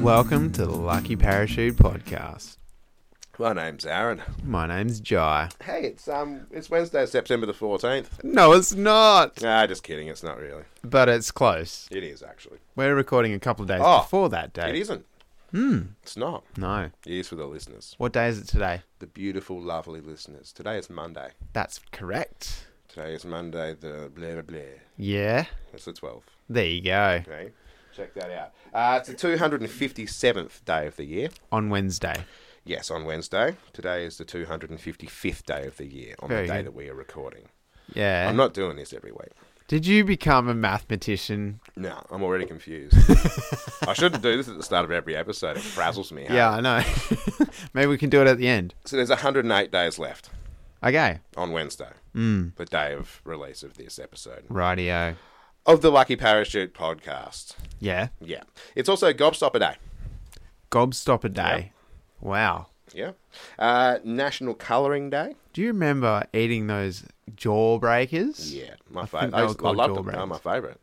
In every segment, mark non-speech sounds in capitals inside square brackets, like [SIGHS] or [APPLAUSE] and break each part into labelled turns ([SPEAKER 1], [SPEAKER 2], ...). [SPEAKER 1] Welcome to the Lucky Parachute Podcast.
[SPEAKER 2] My name's Aaron.
[SPEAKER 1] My name's Jai.
[SPEAKER 2] Hey, it's um, it's Wednesday, September the fourteenth.
[SPEAKER 1] No, it's not,
[SPEAKER 2] Nah, just kidding. It's not really.
[SPEAKER 1] but it's close.
[SPEAKER 2] It is actually.
[SPEAKER 1] We're recording a couple of days
[SPEAKER 2] Oh,
[SPEAKER 1] before that
[SPEAKER 2] It
[SPEAKER 1] day.
[SPEAKER 2] isn't. Hmm. It's not.
[SPEAKER 1] No.
[SPEAKER 2] It is for the listeners,
[SPEAKER 1] What day is it today?
[SPEAKER 2] the beautiful, lovely listeners. Today is Monday.
[SPEAKER 1] That's correct.
[SPEAKER 2] Today is Monday. The blah blah blah.
[SPEAKER 1] Yeah.
[SPEAKER 2] It's the twelfth.
[SPEAKER 1] There you go.
[SPEAKER 2] Okay, check that out. Uh, it's the two hundred and fifty seventh day of the year.
[SPEAKER 1] On Wednesday.
[SPEAKER 2] Yes, on Wednesday. Today is the two hundred and fifty fifth day of the year. On
[SPEAKER 1] Very
[SPEAKER 2] the day
[SPEAKER 1] good.
[SPEAKER 2] that we are recording.
[SPEAKER 1] Yeah.
[SPEAKER 2] I'm not doing this every week.
[SPEAKER 1] Did you become a mathematician?
[SPEAKER 2] No, I'm already
[SPEAKER 1] [LAUGHS]
[SPEAKER 2] confused. I shouldn't do this at the start of every episode. It frazzles me. huh?
[SPEAKER 1] Yeah, I know. [LAUGHS] Maybe we can do it at the end.
[SPEAKER 2] So there's 108 days left
[SPEAKER 1] Okay.
[SPEAKER 2] on Wednesday, mm. the day of release of this episode
[SPEAKER 1] Radio.
[SPEAKER 2] of the Lucky Parachute podcast.
[SPEAKER 1] Yeah.
[SPEAKER 2] Yeah. It's also Gobstopper Day.
[SPEAKER 1] Gobstopper Day. Wow.
[SPEAKER 2] Yeah. Uh, National Colouring Day.
[SPEAKER 1] Do you remember eating those jaw breakers?
[SPEAKER 2] Yeah, my
[SPEAKER 1] think
[SPEAKER 2] favourite.
[SPEAKER 1] they
[SPEAKER 2] I,
[SPEAKER 1] were
[SPEAKER 2] used- I
[SPEAKER 1] called
[SPEAKER 2] loved them.
[SPEAKER 1] jawbreakers.
[SPEAKER 2] They're my favourite.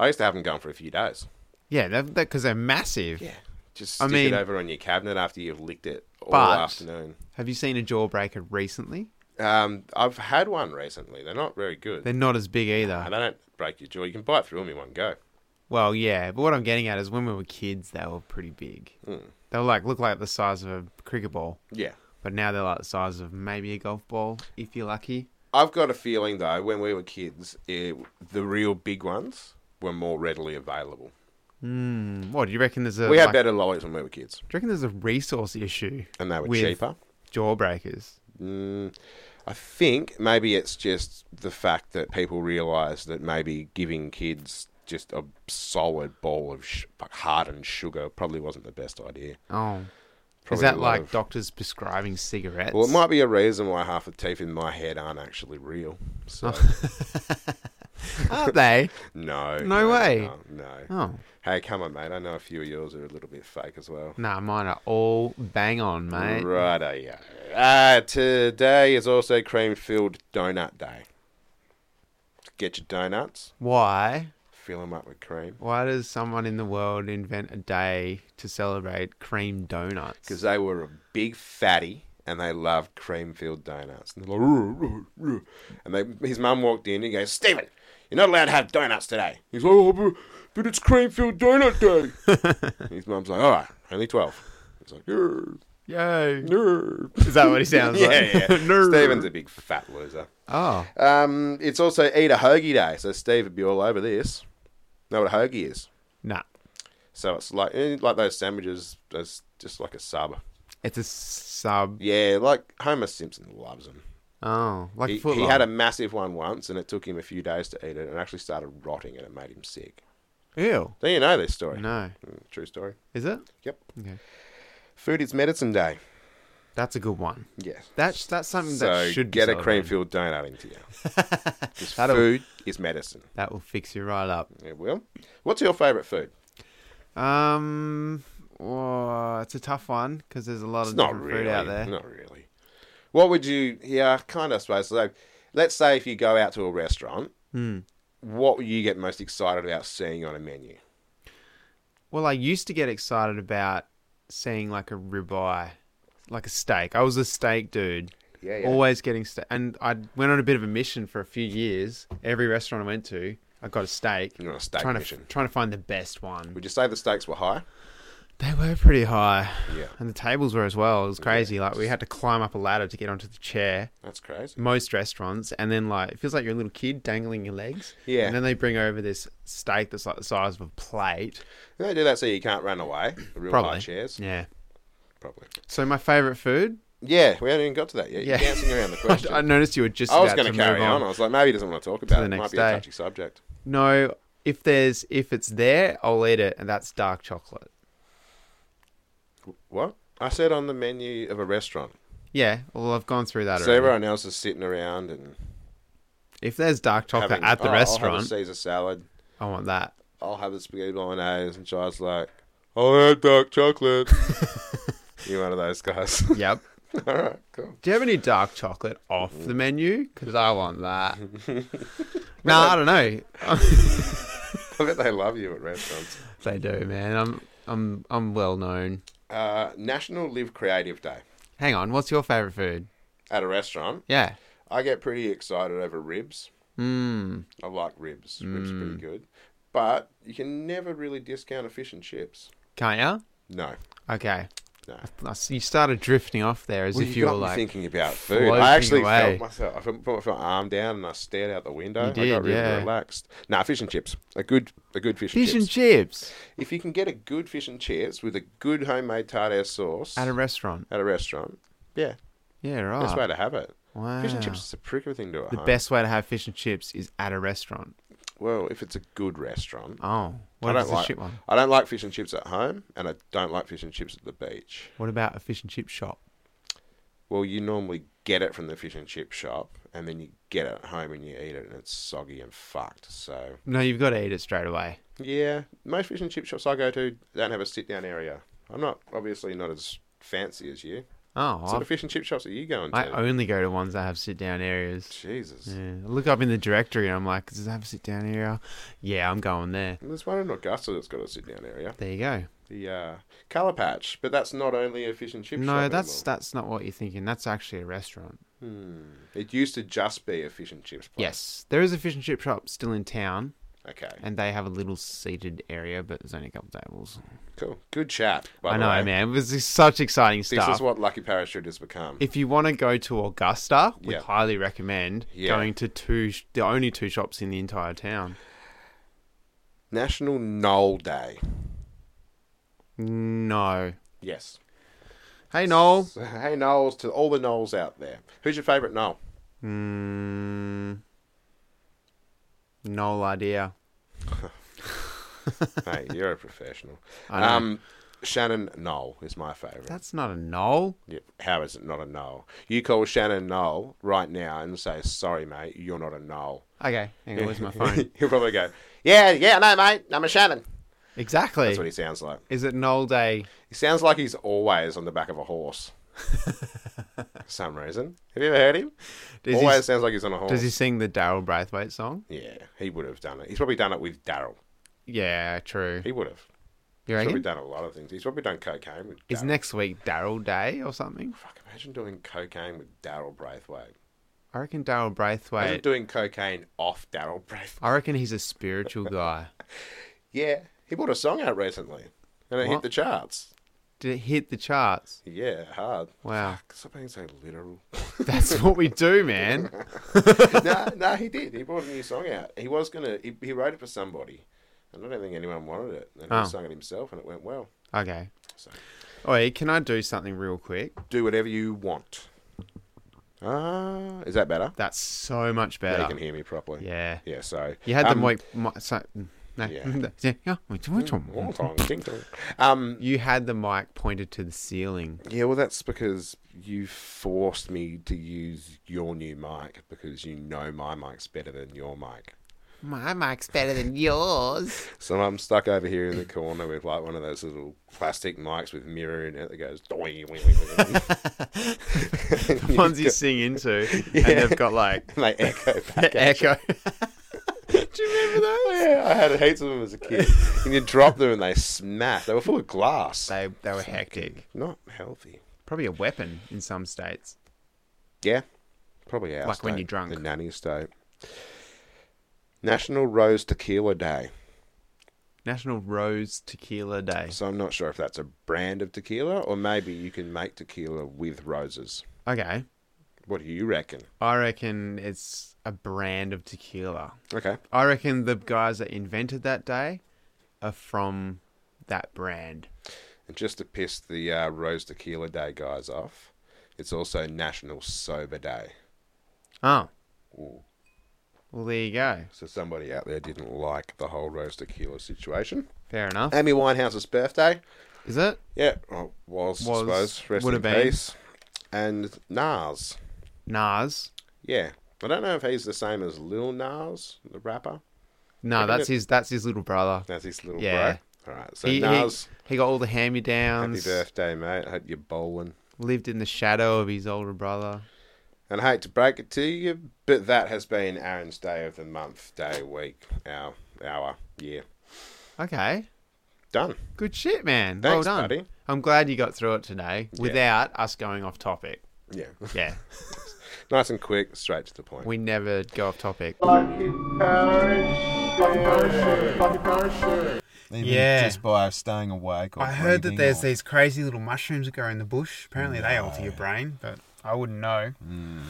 [SPEAKER 2] I used to have them going for a few days.
[SPEAKER 1] Yeah, because they're, 'cause they're massive.
[SPEAKER 2] Yeah. Just
[SPEAKER 1] I
[SPEAKER 2] stick
[SPEAKER 1] mean-
[SPEAKER 2] it over on your cabinet after you've licked it all
[SPEAKER 1] But-
[SPEAKER 2] afternoon.
[SPEAKER 1] Have you seen a jawbreaker recently?
[SPEAKER 2] Um, I've had one recently. They're not very good.
[SPEAKER 1] They're not as big
[SPEAKER 2] and
[SPEAKER 1] either.
[SPEAKER 2] they don't break your jaw. You can bite through them in one go.
[SPEAKER 1] Well, yeah, but what I'm getting at is when we were kids, they were pretty big.
[SPEAKER 2] Hmm.
[SPEAKER 1] They were like look like the size of a cricket ball,
[SPEAKER 2] Yeah.
[SPEAKER 1] but now they're like the size of maybe a golf ball if you're lucky.
[SPEAKER 2] I've got a feeling though, when we were kids, it, the real big ones were more readily available.
[SPEAKER 1] Mm, what do you reckon? There's a
[SPEAKER 2] Hmm. we had
[SPEAKER 1] like-
[SPEAKER 2] better lollies when we were kids,
[SPEAKER 1] Do you reckon there's a resource issue?
[SPEAKER 2] and they were
[SPEAKER 1] with
[SPEAKER 2] cheaper.
[SPEAKER 1] Jawbreakers.
[SPEAKER 2] Mm, I think maybe it's just the fact that people realise that maybe giving kids just a solid ball of sh- like hardened sugar probably wasn't the best idea.
[SPEAKER 1] Oh,
[SPEAKER 2] Probably
[SPEAKER 1] is
[SPEAKER 2] a
[SPEAKER 1] that
[SPEAKER 2] lot
[SPEAKER 1] like
[SPEAKER 2] of-
[SPEAKER 1] doctors prescribing cigarettes?
[SPEAKER 2] Well, it might be a reason why half the teeth in my head aren't actually real. [LAUGHS]
[SPEAKER 1] [LAUGHS]
[SPEAKER 2] So
[SPEAKER 1] Aren't they?
[SPEAKER 2] no,
[SPEAKER 1] No way.
[SPEAKER 2] no, no.
[SPEAKER 1] Oh,
[SPEAKER 2] Hey, come on, mate. I know a few of yours are a little bit fake as well.
[SPEAKER 1] nah, mine are all bang on, mate.
[SPEAKER 2] Right, yeah. Uh, today is also cream filled donut day. Get your donuts,
[SPEAKER 1] Why?
[SPEAKER 2] fill them up with cream.
[SPEAKER 1] Why does someone in the world invent a day to celebrate cream donuts?
[SPEAKER 2] Because they were a big fatty and they loved cream filled donuts. And, they're like, "Roo, roo, roo." and they, his mum walked in and goes, Stephen, you're not allowed to have donuts today. He's like, oh, but, but it's cream filled donut day. his mum's like, all right, only 12. He's like, "Yer,
[SPEAKER 1] Yay!
[SPEAKER 2] yer."
[SPEAKER 1] Is that what he sounds
[SPEAKER 2] [LAUGHS] yeah,
[SPEAKER 1] like? [LAUGHS]
[SPEAKER 2] yeah.
[SPEAKER 1] No.
[SPEAKER 2] Stephen's a big fat loser.
[SPEAKER 1] Oh,
[SPEAKER 2] Um, it's also Eat a Hoagie Day, so Steve would be all over this. Know what a hoagie is?
[SPEAKER 1] nah.
[SPEAKER 2] So it's like eh, like those sandwiches, that's just like a sub.
[SPEAKER 1] It's a sub.
[SPEAKER 2] Yeah, like Homer Simpson loves them.
[SPEAKER 1] Oh, like
[SPEAKER 2] He,
[SPEAKER 1] a foot
[SPEAKER 2] he had a massive one once, and it took him a few days to eat it, and it actually started rotting, and it made him sick.
[SPEAKER 1] Ew.
[SPEAKER 2] Do you know this story?
[SPEAKER 1] No.
[SPEAKER 2] Mm, True story.
[SPEAKER 1] Is it?
[SPEAKER 2] Yep.
[SPEAKER 1] Okay.
[SPEAKER 2] Food is medicine day.
[SPEAKER 1] That's a good one.
[SPEAKER 2] Yes.
[SPEAKER 1] That's that's something
[SPEAKER 2] so
[SPEAKER 1] that should be
[SPEAKER 2] get a cream
[SPEAKER 1] celebrated.
[SPEAKER 2] filled donut into you.
[SPEAKER 1] [LAUGHS]
[SPEAKER 2] 'Cause
[SPEAKER 1] That'll-
[SPEAKER 2] food is medicine.
[SPEAKER 1] That will fix you right up.
[SPEAKER 2] It will. What's your favourite food?
[SPEAKER 1] Um, oh, it's a tough one because there's a lot
[SPEAKER 2] It's
[SPEAKER 1] of
[SPEAKER 2] not
[SPEAKER 1] different
[SPEAKER 2] really.
[SPEAKER 1] food out there.
[SPEAKER 2] Not really. What would you? Yeah, kind of. I suppose. So, let's say if you go out to a restaurant,
[SPEAKER 1] Hmm.
[SPEAKER 2] what would you get most excited about seeing on a menu?
[SPEAKER 1] Well, I used to get excited about seeing like a ribeye, like a steak. I was a steak dude.
[SPEAKER 2] Yeah,
[SPEAKER 1] Always getting steak. And I went on a bit of a mission for a few years. Every restaurant I went to, I got a steak.
[SPEAKER 2] You're on a steak
[SPEAKER 1] trying
[SPEAKER 2] mission.
[SPEAKER 1] To, trying to find the best one.
[SPEAKER 2] Would you say the stakes were high?
[SPEAKER 1] They were pretty high.
[SPEAKER 2] Yeah.
[SPEAKER 1] And the tables were as well. It was crazy. Like, we had to climb up a ladder to get onto the chair.
[SPEAKER 2] That's crazy.
[SPEAKER 1] Most restaurants. And then, like, it feels like you're a little kid dangling your legs.
[SPEAKER 2] Yeah.
[SPEAKER 1] And then they bring over this steak that's like the size of a plate.
[SPEAKER 2] They do that so you can't run away. The real high
[SPEAKER 1] Probably.
[SPEAKER 2] chairs.
[SPEAKER 1] Yeah.
[SPEAKER 2] Probably.
[SPEAKER 1] So, my favorite food? [LAUGHS]
[SPEAKER 2] Yeah, we haven't even got to that yet. You're
[SPEAKER 1] Yeah.
[SPEAKER 2] dancing around
[SPEAKER 1] [LAUGHS]
[SPEAKER 2] the
[SPEAKER 1] I-
[SPEAKER 2] question.
[SPEAKER 1] I noticed you were just.
[SPEAKER 2] I was
[SPEAKER 1] about to
[SPEAKER 2] going to carry
[SPEAKER 1] move on.
[SPEAKER 2] on. I was like, maybe he doesn't want to talk about
[SPEAKER 1] the
[SPEAKER 2] it. It might
[SPEAKER 1] next
[SPEAKER 2] be
[SPEAKER 1] day.
[SPEAKER 2] a touchy subject.
[SPEAKER 1] No, if there's if it's there, I'll eat it, and that's dark chocolate.
[SPEAKER 2] What? I said on the menu of a restaurant.
[SPEAKER 1] Yeah, well, I've gone through that
[SPEAKER 2] So
[SPEAKER 1] already.
[SPEAKER 2] everyone else is sitting around and
[SPEAKER 1] If there's dark chocolate
[SPEAKER 2] having,
[SPEAKER 1] at
[SPEAKER 2] "Oh,
[SPEAKER 1] the
[SPEAKER 2] I'll have a
[SPEAKER 1] restaurant,
[SPEAKER 2] Caesar salad.
[SPEAKER 1] I want that.
[SPEAKER 2] I'll have the spaghetti bolognese. And Jai's like, I'll have
[SPEAKER 1] [LAUGHS]
[SPEAKER 2] dark chocolate. You're one of those guys. [LAUGHS]
[SPEAKER 1] Yep.
[SPEAKER 2] All right, cool.
[SPEAKER 1] Do you have any dark chocolate off the menu? Because I want
[SPEAKER 2] [LAUGHS]
[SPEAKER 1] that. nah, I don't know.
[SPEAKER 2] I bet they love you at restaurants.
[SPEAKER 1] they do, man. I'm I'm I'm well known.
[SPEAKER 2] Uh, National Live Creative Day
[SPEAKER 1] Hang on, what's your favorite food?
[SPEAKER 2] at a restaurant.
[SPEAKER 1] Yeah.
[SPEAKER 2] I get pretty excited over ribs.
[SPEAKER 1] Mm.
[SPEAKER 2] I like ribs. Ribs are pretty good. But you can never really discount a fish and chips.
[SPEAKER 1] Can't ya?
[SPEAKER 2] No.
[SPEAKER 1] Okay.
[SPEAKER 2] No.
[SPEAKER 1] I s- You started drifting off there as
[SPEAKER 2] Well,
[SPEAKER 1] if
[SPEAKER 2] you
[SPEAKER 1] you,
[SPEAKER 2] got
[SPEAKER 1] were
[SPEAKER 2] me
[SPEAKER 1] like,
[SPEAKER 2] thinking about food.
[SPEAKER 1] floating
[SPEAKER 2] I actually
[SPEAKER 1] away.
[SPEAKER 2] felt myself. I put put my arm down and I stared out the window.
[SPEAKER 1] You
[SPEAKER 2] I
[SPEAKER 1] did,
[SPEAKER 2] got really
[SPEAKER 1] yeah.
[SPEAKER 2] relaxed. Nah, fish and chips. A good, a good fish,
[SPEAKER 1] fish
[SPEAKER 2] and
[SPEAKER 1] and
[SPEAKER 2] chips.
[SPEAKER 1] chips
[SPEAKER 2] if you can get a good fish and chips with a good homemade tartare sauce
[SPEAKER 1] at a restaurant.
[SPEAKER 2] at a restaurant, yeah,
[SPEAKER 1] Yeah, right.
[SPEAKER 2] best way to have it.
[SPEAKER 1] wow.
[SPEAKER 2] Fish and chips is a pretty good thing to do at
[SPEAKER 1] Ah. The
[SPEAKER 2] home.
[SPEAKER 1] best way to have fish and chips is at a restaurant.
[SPEAKER 2] Well, if it's a good restaurant,
[SPEAKER 1] Oh,
[SPEAKER 2] I
[SPEAKER 1] what
[SPEAKER 2] don't
[SPEAKER 1] is the
[SPEAKER 2] like.
[SPEAKER 1] shit one?
[SPEAKER 2] I don't like fish and chips at home, and I don't like fish and chips at the beach.
[SPEAKER 1] What about a fish and chip shop?
[SPEAKER 2] Well, you normally get it from the fish and chip shop, and then you get it at home and you eat it, and it's soggy and fucked. So
[SPEAKER 1] No, you've got to eat it straight away.
[SPEAKER 2] yeah, most fish and chip shops I go to don't have a sit down area. I'm not obviously not as fancy as you.
[SPEAKER 1] Oh,
[SPEAKER 2] What sort
[SPEAKER 1] I've-
[SPEAKER 2] of fish and chip shops are you going to?
[SPEAKER 1] I only go to ones that have sit down areas.
[SPEAKER 2] Jesus,
[SPEAKER 1] Yeah. I look up in the directory and I'm like, does it have a sit down area? Yeah, I'm going there.
[SPEAKER 2] there's one in Augusta that's got a sit down area.
[SPEAKER 1] There you go.
[SPEAKER 2] The uh, Colour Patch, but that's not only a fish and chip shop.
[SPEAKER 1] No, that's
[SPEAKER 2] anymore.
[SPEAKER 1] that's not what you're thinking. That's actually a restaurant.
[SPEAKER 2] Hmm. It used to just be a fish and chips place.
[SPEAKER 1] Yes, there is a fish and chip shop still in town,
[SPEAKER 2] Okay.
[SPEAKER 1] and they have a little seated area, but there's only a couple tables.
[SPEAKER 2] Cool. Good chat. By
[SPEAKER 1] I
[SPEAKER 2] the
[SPEAKER 1] know,
[SPEAKER 2] way.
[SPEAKER 1] man. It was such exciting
[SPEAKER 2] This
[SPEAKER 1] stuff.
[SPEAKER 2] is what Lucky Parachute has become.
[SPEAKER 1] if you want to go to Augusta, we
[SPEAKER 2] Yeah.
[SPEAKER 1] highly recommend
[SPEAKER 2] Yeah.
[SPEAKER 1] going to two sh- the only two shops in the entire town.
[SPEAKER 2] National Knoll Day.
[SPEAKER 1] No.
[SPEAKER 2] Yes.
[SPEAKER 1] Hey, Noel.
[SPEAKER 2] So, [LAUGHS] hey, Knowles, to all the Knowles out there. Who's your favourite Knoll?
[SPEAKER 1] Mm, no idea.
[SPEAKER 2] hey, you're a professional.
[SPEAKER 1] I know.
[SPEAKER 2] Um, Shannon Knoll is my favourite.
[SPEAKER 1] That's not a Noel.
[SPEAKER 2] Yep. How is it not a Knoll? You call Shannon Knoll right now and say, sorry, mate, you're not a Knoll.
[SPEAKER 1] Okay, hang on, where's
[SPEAKER 2] [LAUGHS]
[SPEAKER 1] my phone?
[SPEAKER 2] He'll probably go, yeah, yeah, no, mate, I'm a Shannon.
[SPEAKER 1] exactly.
[SPEAKER 2] That's what he sounds like.
[SPEAKER 1] Is it Noel Day?
[SPEAKER 2] He sounds like he's always on the back of a horse.
[SPEAKER 1] [LAUGHS]
[SPEAKER 2] For some reason. Have you ever heard him?
[SPEAKER 1] Does
[SPEAKER 2] always
[SPEAKER 1] he,
[SPEAKER 2] sounds like he's on a horse.
[SPEAKER 1] does he sing the Daryl Braithwaite song?
[SPEAKER 2] Yeah, he would have done it. He's probably done it with Daryl.
[SPEAKER 1] Yeah, true.
[SPEAKER 2] He would have.
[SPEAKER 1] You
[SPEAKER 2] He's probably
[SPEAKER 1] reckon?
[SPEAKER 2] done a lot of things. He's probably done cocaine with
[SPEAKER 1] Is
[SPEAKER 2] Daryl.
[SPEAKER 1] next week Daryl Day or something?
[SPEAKER 2] Fuck, imagine doing cocaine with Daryl Braithwaite.
[SPEAKER 1] I reckon Daryl
[SPEAKER 2] Imagine
[SPEAKER 1] Braithwaite.
[SPEAKER 2] doing cocaine off Daryl Braithwaite.
[SPEAKER 1] I reckon he's a spiritual guy.
[SPEAKER 2] Yeah, he brought a song out recently and it hit
[SPEAKER 1] What?
[SPEAKER 2] the charts.
[SPEAKER 1] Did it hit the charts?
[SPEAKER 2] Yeah, hard.
[SPEAKER 1] Wow. [LAUGHS]
[SPEAKER 2] Fuck, stop being so literal.
[SPEAKER 1] That's what we do, man.
[SPEAKER 2] no, no, he did. He brought a new song out. He was gonna. He, he wrote it for somebody, and I don't think anyone wanted it. And
[SPEAKER 1] Oh.
[SPEAKER 2] he sung it himself, and it went well.
[SPEAKER 1] Okay.
[SPEAKER 2] So
[SPEAKER 1] Oi, can I do something real quick?
[SPEAKER 2] do whatever you want. Ah, is that better?
[SPEAKER 1] That's so much
[SPEAKER 2] Now you
[SPEAKER 1] better.
[SPEAKER 2] can hear me properly.
[SPEAKER 1] Yeah.
[SPEAKER 2] Yeah, sorry.
[SPEAKER 1] You had
[SPEAKER 2] um,
[SPEAKER 1] them like. mi- so, no. [LAUGHS]
[SPEAKER 2] Yeah.
[SPEAKER 1] Yeah.
[SPEAKER 2] Um,
[SPEAKER 1] You had the mic pointed to the ceiling.
[SPEAKER 2] yeah, well, that's because you forced me to use your new mic because you know my mic's better than your mic.
[SPEAKER 1] My mic's better than yours.
[SPEAKER 2] So I'm stuck over here in the corner with like one of those little plastic mics with mirror in it that goes. doing, wing, wing, wing, wing.
[SPEAKER 1] [LAUGHS] [LAUGHS] The ones you sing into,
[SPEAKER 2] [LAUGHS]
[SPEAKER 1] and they've got like
[SPEAKER 2] And they
[SPEAKER 1] [LAUGHS]
[SPEAKER 2] echo back. at you.
[SPEAKER 1] echo. do you remember those?
[SPEAKER 2] Yeah, I had heaps of them as a kid. And you drop them and they smash. They were full of glass.
[SPEAKER 1] They they were hectic.
[SPEAKER 2] Not healthy.
[SPEAKER 1] Probably a weapon in some states.
[SPEAKER 2] Yeah, probably our
[SPEAKER 1] Like when
[SPEAKER 2] state,
[SPEAKER 1] you're drunk.
[SPEAKER 2] the nanny state. National Rose Tequila Day.
[SPEAKER 1] National Rose Tequila Day.
[SPEAKER 2] So I'm not sure if that's a brand of tequila or maybe you can make tequila with roses.
[SPEAKER 1] Okay,
[SPEAKER 2] What do you reckon?
[SPEAKER 1] I reckon it's a brand of tequila.
[SPEAKER 2] Okay.
[SPEAKER 1] I reckon the guys that invented that day are from that brand.
[SPEAKER 2] And just to piss the uh, Rose Tequila Day guys off, it's also National Sober Day.
[SPEAKER 1] Oh,
[SPEAKER 2] Ooh.
[SPEAKER 1] well there you go.
[SPEAKER 2] So somebody out there didn't like the whole Rose Tequila situation.
[SPEAKER 1] Fair enough.
[SPEAKER 2] Amy Winehouse's birthday.
[SPEAKER 1] Is it?
[SPEAKER 2] Yeah, well, was,
[SPEAKER 1] Was,
[SPEAKER 2] I suppose. Rest
[SPEAKER 1] would have
[SPEAKER 2] in
[SPEAKER 1] been.
[SPEAKER 2] peace. And Nas.
[SPEAKER 1] Nas.
[SPEAKER 2] Yeah. I don't know if he's the same as Lil Nas, the rapper.
[SPEAKER 1] No,
[SPEAKER 2] Reckon
[SPEAKER 1] that's
[SPEAKER 2] it-
[SPEAKER 1] his. That's his little brother.
[SPEAKER 2] That's his little
[SPEAKER 1] Yeah.
[SPEAKER 2] bro. All right. So
[SPEAKER 1] He, he,
[SPEAKER 2] Nas,
[SPEAKER 1] he got all the hand me
[SPEAKER 2] happy
[SPEAKER 1] downs.
[SPEAKER 2] birthday, mate. I hope you're bowling.
[SPEAKER 1] Lived in the shadow of his older brother.
[SPEAKER 2] And I hate to break it to you, but that has been Aaron's day of the month, day, week, hour, hour, year.
[SPEAKER 1] Okay,
[SPEAKER 3] Done.
[SPEAKER 4] Good shit, man. well
[SPEAKER 3] Thanks,
[SPEAKER 4] done.
[SPEAKER 3] buddy.
[SPEAKER 4] I'm glad you got through it today without us going off topic.
[SPEAKER 2] [LAUGHS]
[SPEAKER 3] Yeah.
[SPEAKER 4] Yeah,
[SPEAKER 3] nice and quick, straight to the point.
[SPEAKER 4] we never go off topic.
[SPEAKER 2] Even
[SPEAKER 1] Yeah.
[SPEAKER 2] just by staying awake. Or
[SPEAKER 1] I heard that
[SPEAKER 2] breathing
[SPEAKER 1] there's
[SPEAKER 2] or-
[SPEAKER 1] these crazy little mushrooms that grow in the bush. Apparently, they alter your brain, but I wouldn't know.
[SPEAKER 2] Hmm.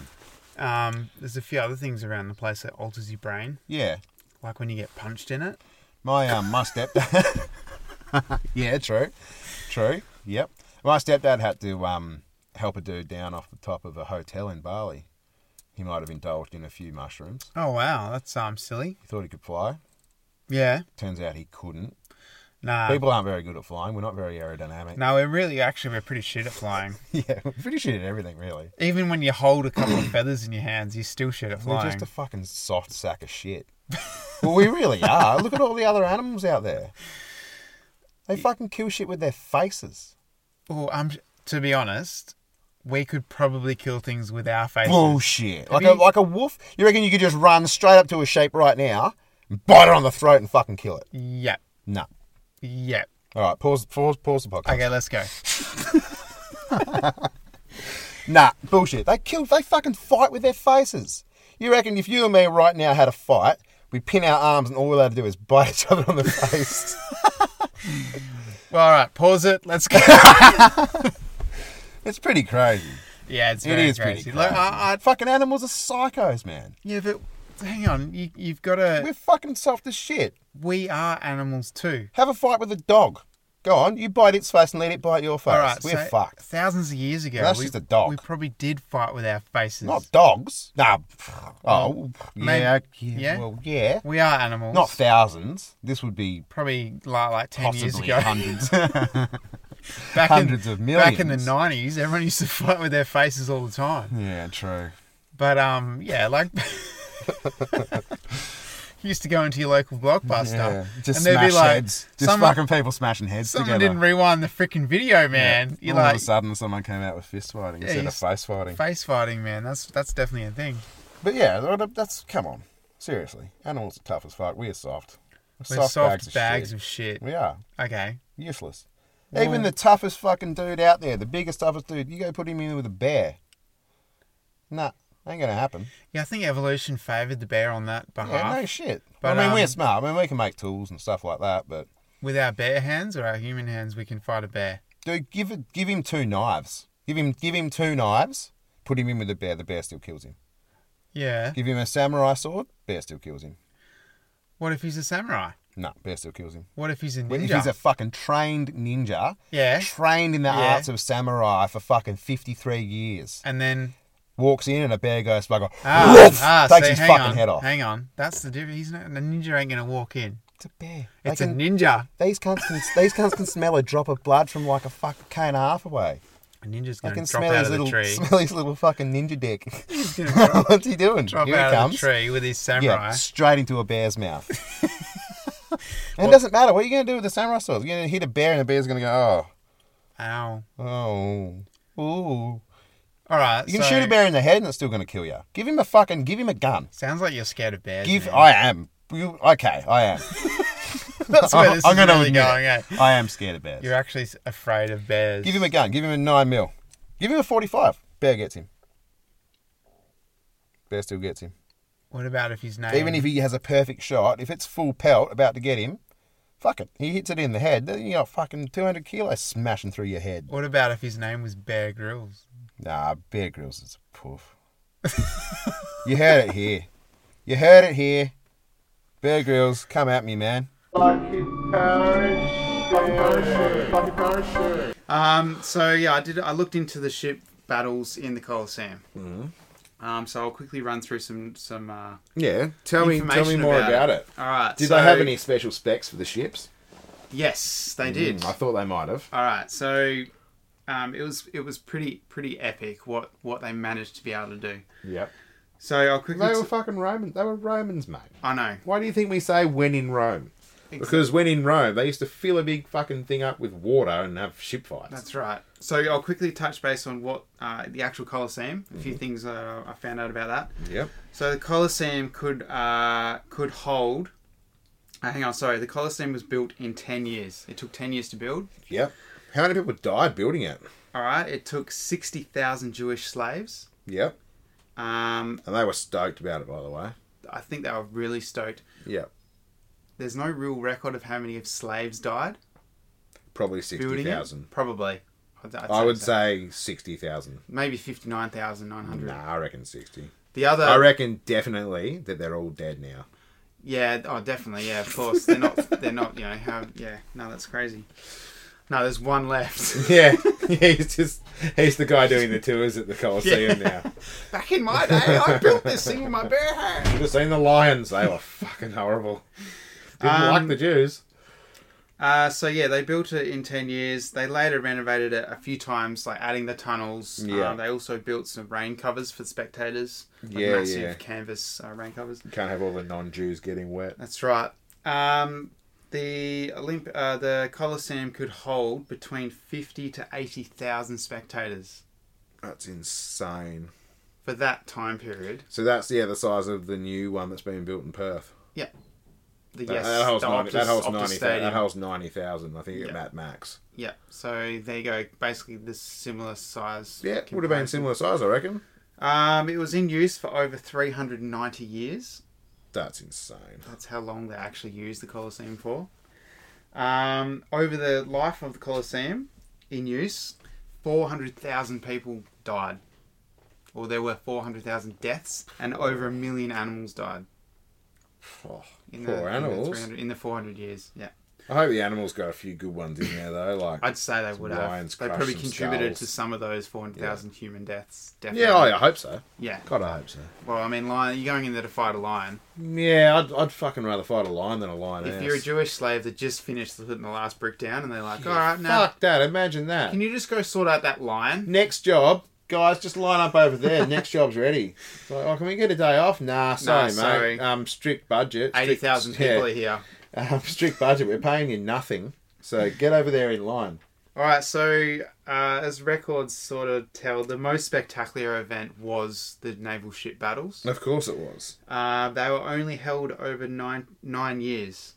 [SPEAKER 1] Um, there's a few other things around the place that alters your brain,
[SPEAKER 2] Yeah,
[SPEAKER 1] like when you get punched in it.
[SPEAKER 2] my um, my stepdad. [LAUGHS] yeah, true, true. Yep, my stepdad had to um help a dude down off the top of a hotel in Bali. He might have indulged in a few mushrooms.
[SPEAKER 1] Oh wow, that's um silly.
[SPEAKER 2] He thought he could fly.
[SPEAKER 1] Yeah.
[SPEAKER 2] Turns out he couldn't.
[SPEAKER 1] Nah.
[SPEAKER 2] People aren't very good at flying. We're not very aerodynamic.
[SPEAKER 1] No, we're really actually we're pretty shit at flying.
[SPEAKER 2] [LAUGHS] Yeah, we're pretty shit at everything, really.
[SPEAKER 1] Even when you hold a couple
[SPEAKER 2] [CLEARS THROAT]
[SPEAKER 1] of feathers in your hands, you still shit at
[SPEAKER 2] We're
[SPEAKER 1] flying.
[SPEAKER 2] just a fucking soft sack of shit. well, we really are. Look at all the other animals out there. They fucking kill shit with their faces.
[SPEAKER 1] Well, I'm to be honest, we could probably kill things with our faces.
[SPEAKER 2] Bullshit. Like a,
[SPEAKER 1] Oh, you-
[SPEAKER 2] like a wolf. You reckon you could just run straight up to a sheep right now, and bite it on the throat and fucking kill it?
[SPEAKER 1] Yep.
[SPEAKER 2] No.
[SPEAKER 1] Yep.
[SPEAKER 2] All right, pause, pause, pause the podcast.
[SPEAKER 1] Okay, let's go.
[SPEAKER 2] Nah, bullshit. They kill. They fucking fight with their faces. You reckon if you and me right now had a fight, we pin our arms and all we're allowed to do is bite each other
[SPEAKER 1] [LAUGHS]
[SPEAKER 2] on the face.
[SPEAKER 1] Well, all right, pause it. Let's go.
[SPEAKER 2] it's pretty crazy.
[SPEAKER 1] yeah, it's
[SPEAKER 2] It
[SPEAKER 1] very
[SPEAKER 2] is
[SPEAKER 1] crazy. uh,
[SPEAKER 2] pretty crazy.
[SPEAKER 1] Like, I, I,
[SPEAKER 2] fucking animals are psychos, man.
[SPEAKER 1] yeah, but hang on. You, you've got to.
[SPEAKER 2] We're fucking soft as shit.
[SPEAKER 1] We are animals too.
[SPEAKER 2] Have a fight with a dog. Go on, you bite its face and let it bite your face.
[SPEAKER 1] All right,
[SPEAKER 2] We're
[SPEAKER 1] so
[SPEAKER 2] fucked.
[SPEAKER 1] Thousands of years ago,
[SPEAKER 2] That's
[SPEAKER 1] we,
[SPEAKER 2] just a dog.
[SPEAKER 1] We probably did fight with our faces.
[SPEAKER 2] Not dogs. Nah. pff, Oh,
[SPEAKER 1] Maybe-
[SPEAKER 2] yeah, yeah.
[SPEAKER 1] yeah?
[SPEAKER 2] Well, yeah.
[SPEAKER 1] we are animals.
[SPEAKER 2] Not thousands. This would be
[SPEAKER 1] probably like, like ten years
[SPEAKER 2] possibly
[SPEAKER 1] ago. [LAUGHS]
[SPEAKER 2] hundreds. [LAUGHS]
[SPEAKER 1] back
[SPEAKER 2] Hundreds
[SPEAKER 1] in,
[SPEAKER 2] of
[SPEAKER 1] Back in the
[SPEAKER 2] millions.
[SPEAKER 1] nineties, everyone used to fight with their faces all the time.
[SPEAKER 2] yeah, true.
[SPEAKER 1] But um, yeah,
[SPEAKER 2] [LAUGHS]
[SPEAKER 1] like [LAUGHS] you used to go into your local blockbuster
[SPEAKER 2] Yeah, just
[SPEAKER 1] and there'd
[SPEAKER 2] smash
[SPEAKER 1] be like
[SPEAKER 2] heads. Just
[SPEAKER 1] someone,
[SPEAKER 2] fucking people smashing heads
[SPEAKER 1] someone
[SPEAKER 2] together.
[SPEAKER 1] didn't rewind the freaking video,
[SPEAKER 2] Yeah.
[SPEAKER 1] man. You're
[SPEAKER 2] All
[SPEAKER 1] like
[SPEAKER 2] of a sudden, someone came out with fist fighting
[SPEAKER 1] Yeah,
[SPEAKER 2] instead
[SPEAKER 1] you
[SPEAKER 2] of
[SPEAKER 1] s-
[SPEAKER 2] face fighting.
[SPEAKER 1] face fighting, man. That's that's definitely a thing.
[SPEAKER 2] But yeah, th- th- that's come on. Seriously, animals are tough as fuck. We're soft.
[SPEAKER 1] We're soft, bags, of,
[SPEAKER 2] shit.
[SPEAKER 1] shit.
[SPEAKER 2] We are
[SPEAKER 1] Okay.
[SPEAKER 2] useless. Even the toughest fucking dude out there, the biggest toughest dude, you go put him in with a bear. Nah, ain't gonna happen.
[SPEAKER 1] Yeah, I think evolution favoured the bear on that behalf.
[SPEAKER 2] Yeah, no shit.
[SPEAKER 1] But,
[SPEAKER 2] I mean, we're
[SPEAKER 1] um,
[SPEAKER 2] smart. I mean, we can make tools and stuff like that. But
[SPEAKER 1] With our bear hands or our human hands, we can fight a bear.
[SPEAKER 2] dude, give it, give him two knives. Give him, give him two knives. Put him in with a bear. The bear still kills him.
[SPEAKER 1] Yeah.
[SPEAKER 2] Give him a samurai sword. Bear still kills him.
[SPEAKER 1] What if he's a samurai?
[SPEAKER 2] Nah, bear still kills him.
[SPEAKER 1] What if he's a ninja?
[SPEAKER 2] Well, If he's a fucking trained ninja,
[SPEAKER 1] Yeah.
[SPEAKER 2] trained in the
[SPEAKER 1] Yeah.
[SPEAKER 2] arts of samurai for fucking 53 years,
[SPEAKER 1] and
[SPEAKER 2] [LAUGHS]
[SPEAKER 1] then
[SPEAKER 2] walks in and a bear goes fucking,
[SPEAKER 1] ah,
[SPEAKER 2] "Woof!"
[SPEAKER 1] ah,
[SPEAKER 2] takes
[SPEAKER 1] see,
[SPEAKER 2] his
[SPEAKER 1] hang
[SPEAKER 2] fucking
[SPEAKER 1] on,
[SPEAKER 2] head off.
[SPEAKER 1] Hang on, that's the difference. He's not, the ninja ain't gonna walk in.
[SPEAKER 2] It's a bear. They
[SPEAKER 1] It's
[SPEAKER 2] can-
[SPEAKER 1] a ninja.
[SPEAKER 2] these cunts can these cunts can smell a drop of blood from like a fucking k and a half away.
[SPEAKER 1] A ninja's
[SPEAKER 2] They
[SPEAKER 1] gonna
[SPEAKER 2] can
[SPEAKER 1] drop
[SPEAKER 2] smell
[SPEAKER 1] out
[SPEAKER 2] his
[SPEAKER 1] of the
[SPEAKER 2] little
[SPEAKER 1] tree.
[SPEAKER 2] [LAUGHS] smell his little fucking ninja dick.
[SPEAKER 1] [LAUGHS] He's
[SPEAKER 2] [LAUGHS]
[SPEAKER 1] gonna drop,
[SPEAKER 2] What's he doing?
[SPEAKER 1] drop
[SPEAKER 2] Here
[SPEAKER 1] out
[SPEAKER 2] he
[SPEAKER 1] of the
[SPEAKER 2] comes.
[SPEAKER 1] tree with his
[SPEAKER 2] Yeah,
[SPEAKER 1] samurai.
[SPEAKER 2] straight into a bear's
[SPEAKER 1] [LAUGHS]
[SPEAKER 2] mouth. and it doesn't matter. What are you gonna do with the samurai sword? You're gonna hit a bear and the bear's gonna go,
[SPEAKER 1] Ow.
[SPEAKER 2] oh, oh, ooh.
[SPEAKER 1] All right.
[SPEAKER 2] You can
[SPEAKER 1] so-
[SPEAKER 2] shoot a bear in the head and it's still going to kill you. Give him a fucking, give him a gun.
[SPEAKER 1] Sounds like you're scared of bears.
[SPEAKER 2] Give,
[SPEAKER 1] man.
[SPEAKER 2] I am. You, okay, I am.
[SPEAKER 1] [LAUGHS] That's where this
[SPEAKER 2] [LAUGHS] I'm
[SPEAKER 1] is
[SPEAKER 2] gonna
[SPEAKER 1] really
[SPEAKER 2] admit it.
[SPEAKER 1] going. eh?
[SPEAKER 2] I am scared of bears.
[SPEAKER 1] You're actually s- afraid of bears.
[SPEAKER 2] Give him a gun. Give him a 9 mil. Give him a 45. Bear gets him. Bear still gets him.
[SPEAKER 1] What about if he's named?
[SPEAKER 2] Even if he has a perfect shot, if it's full pelt about to get him, fuck it. He hits it in the head, then you got fucking 200 kilos smashing through your head.
[SPEAKER 1] What about if his name was Bear Grylls?
[SPEAKER 2] Nah, Bear Grylls is a
[SPEAKER 3] [LAUGHS]
[SPEAKER 2] poof. you heard it here. You heard it here. Bear Grylls, come at me, man.
[SPEAKER 1] Um. So yeah, I did. I looked into the ship battles in the Colosseum.
[SPEAKER 2] Mm-hmm.
[SPEAKER 1] Um. So I'll quickly run through some some. Uh,
[SPEAKER 3] Yeah, tell me, tell me
[SPEAKER 1] Information
[SPEAKER 3] more
[SPEAKER 1] about
[SPEAKER 3] about,
[SPEAKER 1] it.
[SPEAKER 3] it.
[SPEAKER 1] all right.
[SPEAKER 3] Did
[SPEAKER 1] so,
[SPEAKER 3] they have any special specs for the ships?
[SPEAKER 1] Yes, they did.
[SPEAKER 3] Mm, I thought they might have.
[SPEAKER 1] All right, so um, it was it was pretty pretty epic what what they managed to be able to do.
[SPEAKER 3] Yep.
[SPEAKER 1] So I'll quickly.
[SPEAKER 3] They were fucking Romans. They were Romans, mate.
[SPEAKER 1] I know.
[SPEAKER 3] Why do you think we say when in Rome? Because when in Rome, they used to fill a big fucking thing up with water and have ship fights.
[SPEAKER 1] That's right. So I'll quickly touch base on what uh, the actual Colosseum. A
[SPEAKER 2] Mm-hmm.
[SPEAKER 1] few things uh, I found out about that.
[SPEAKER 3] Yep.
[SPEAKER 1] So the Colosseum could uh, could hold
[SPEAKER 5] years.
[SPEAKER 1] Uh, hang on, sorry. The Colosseum was built in 10 years. It took 10 years to build.
[SPEAKER 5] Yep.
[SPEAKER 2] How many people died building it?
[SPEAKER 1] All right. It took 60,000 Jewish slaves.
[SPEAKER 5] Yep.
[SPEAKER 1] Um,
[SPEAKER 2] And they were stoked about it, by the way.
[SPEAKER 1] I think they were really stoked.
[SPEAKER 5] Yep.
[SPEAKER 1] There's no real record of how many of slaves died
[SPEAKER 2] Probably
[SPEAKER 1] building
[SPEAKER 2] 60,000.
[SPEAKER 1] it. Probably. I'd, I'd
[SPEAKER 2] I would
[SPEAKER 1] so.
[SPEAKER 2] say 60,000.
[SPEAKER 1] maybe 59,900.
[SPEAKER 2] Nah, I reckon 60.
[SPEAKER 1] The other
[SPEAKER 2] I reckon definitely that they're all
[SPEAKER 3] [LAUGHS]
[SPEAKER 2] dead now.
[SPEAKER 1] Yeah, oh, definitely. Yeah, of course. They're not. [LAUGHS] They're not. You know how? Yeah. No, that's crazy. No, there's one left. [LAUGHS]
[SPEAKER 2] Yeah, he's just he's the guy doing the tours at the Coliseum
[SPEAKER 1] [LAUGHS]
[SPEAKER 2] now.
[SPEAKER 1] Back in my day, I built this thing with my bare hands.
[SPEAKER 2] You've just seen the lions; they were fucking horrible. Didn't like
[SPEAKER 1] Um,
[SPEAKER 2] the Jews.
[SPEAKER 1] Uh, so yeah, they built it in ten years. They later renovated it a few times, like adding the tunnels.
[SPEAKER 5] Yeah.
[SPEAKER 1] Um, they also built some rain covers for spectators. Like
[SPEAKER 5] Yeah,
[SPEAKER 1] massive
[SPEAKER 5] yeah.
[SPEAKER 1] canvas uh, rain covers.
[SPEAKER 2] Can't have all the non-Jews getting wet.
[SPEAKER 1] That's right. Um, the Olymp- uh, the Colosseum could hold between fifty to eighty thousand spectators
[SPEAKER 2] That's insane.
[SPEAKER 1] for that time period.
[SPEAKER 2] So that's yeah the size of the new one that's being built in Perth.
[SPEAKER 1] The
[SPEAKER 2] That,
[SPEAKER 1] yes,
[SPEAKER 2] that holds
[SPEAKER 1] the
[SPEAKER 2] ninety. that
[SPEAKER 1] Optus-
[SPEAKER 2] holds
[SPEAKER 1] Optus
[SPEAKER 2] ninety.
[SPEAKER 1] Stadium.
[SPEAKER 2] That holds ninety thousand. I think
[SPEAKER 1] Yeah.
[SPEAKER 2] at that max.
[SPEAKER 1] Yeah, so there you go. Basically, the similar size.
[SPEAKER 2] Yeah, would have been
[SPEAKER 1] comparison.
[SPEAKER 2] similar size, I reckon.
[SPEAKER 1] Um, it was in use for over 390 years.
[SPEAKER 2] That's insane.
[SPEAKER 1] That's how long they actually used the Colosseum for. Um, over the life of the Colosseum in use, 400,000 people died. Or there were 400,000 deaths, and over a million animals died.
[SPEAKER 2] Oh,
[SPEAKER 1] In
[SPEAKER 2] poor animals.
[SPEAKER 1] In the, 300, in the 400 years, yeah.
[SPEAKER 2] I hope the animals got a few good ones in there though. Like
[SPEAKER 1] I'd say they would have.
[SPEAKER 2] lions
[SPEAKER 1] They
[SPEAKER 2] crushed
[SPEAKER 1] probably
[SPEAKER 2] some
[SPEAKER 1] contributed
[SPEAKER 2] skulls.
[SPEAKER 1] to some of those 400,000 human deaths. Definitely.
[SPEAKER 2] yeah, oh, yeah, I hope so.
[SPEAKER 1] Yeah.
[SPEAKER 2] God, I hope so.
[SPEAKER 1] Well, I mean, lion. You're going in there to fight a lion.
[SPEAKER 2] Yeah, I'd, I'd fucking rather fight a lion than a lioness.
[SPEAKER 1] If you're a Jewish slave that just finished putting the last brick down, and they're like, "All right, now
[SPEAKER 2] fuck that. Imagine that.
[SPEAKER 1] can you just go sort out that lion?"
[SPEAKER 2] Next job, guys, just line up
[SPEAKER 1] [LAUGHS]
[SPEAKER 2] over there. Next job's ready. It's like, oh, can we get a day off? Nah, sorry, mate.
[SPEAKER 1] sorry.
[SPEAKER 2] Um, strict budget. Strict-
[SPEAKER 1] Eighty thousand
[SPEAKER 2] yeah,
[SPEAKER 1] people are here.
[SPEAKER 2] um, [LAUGHS] strict budget. We're paying you nothing. So get over there in line.
[SPEAKER 1] All right, so uh, as records sort of tell, the most spectacular event was the naval ship battles.
[SPEAKER 2] Of course it was.
[SPEAKER 1] Uh, they were only held over nine nine years.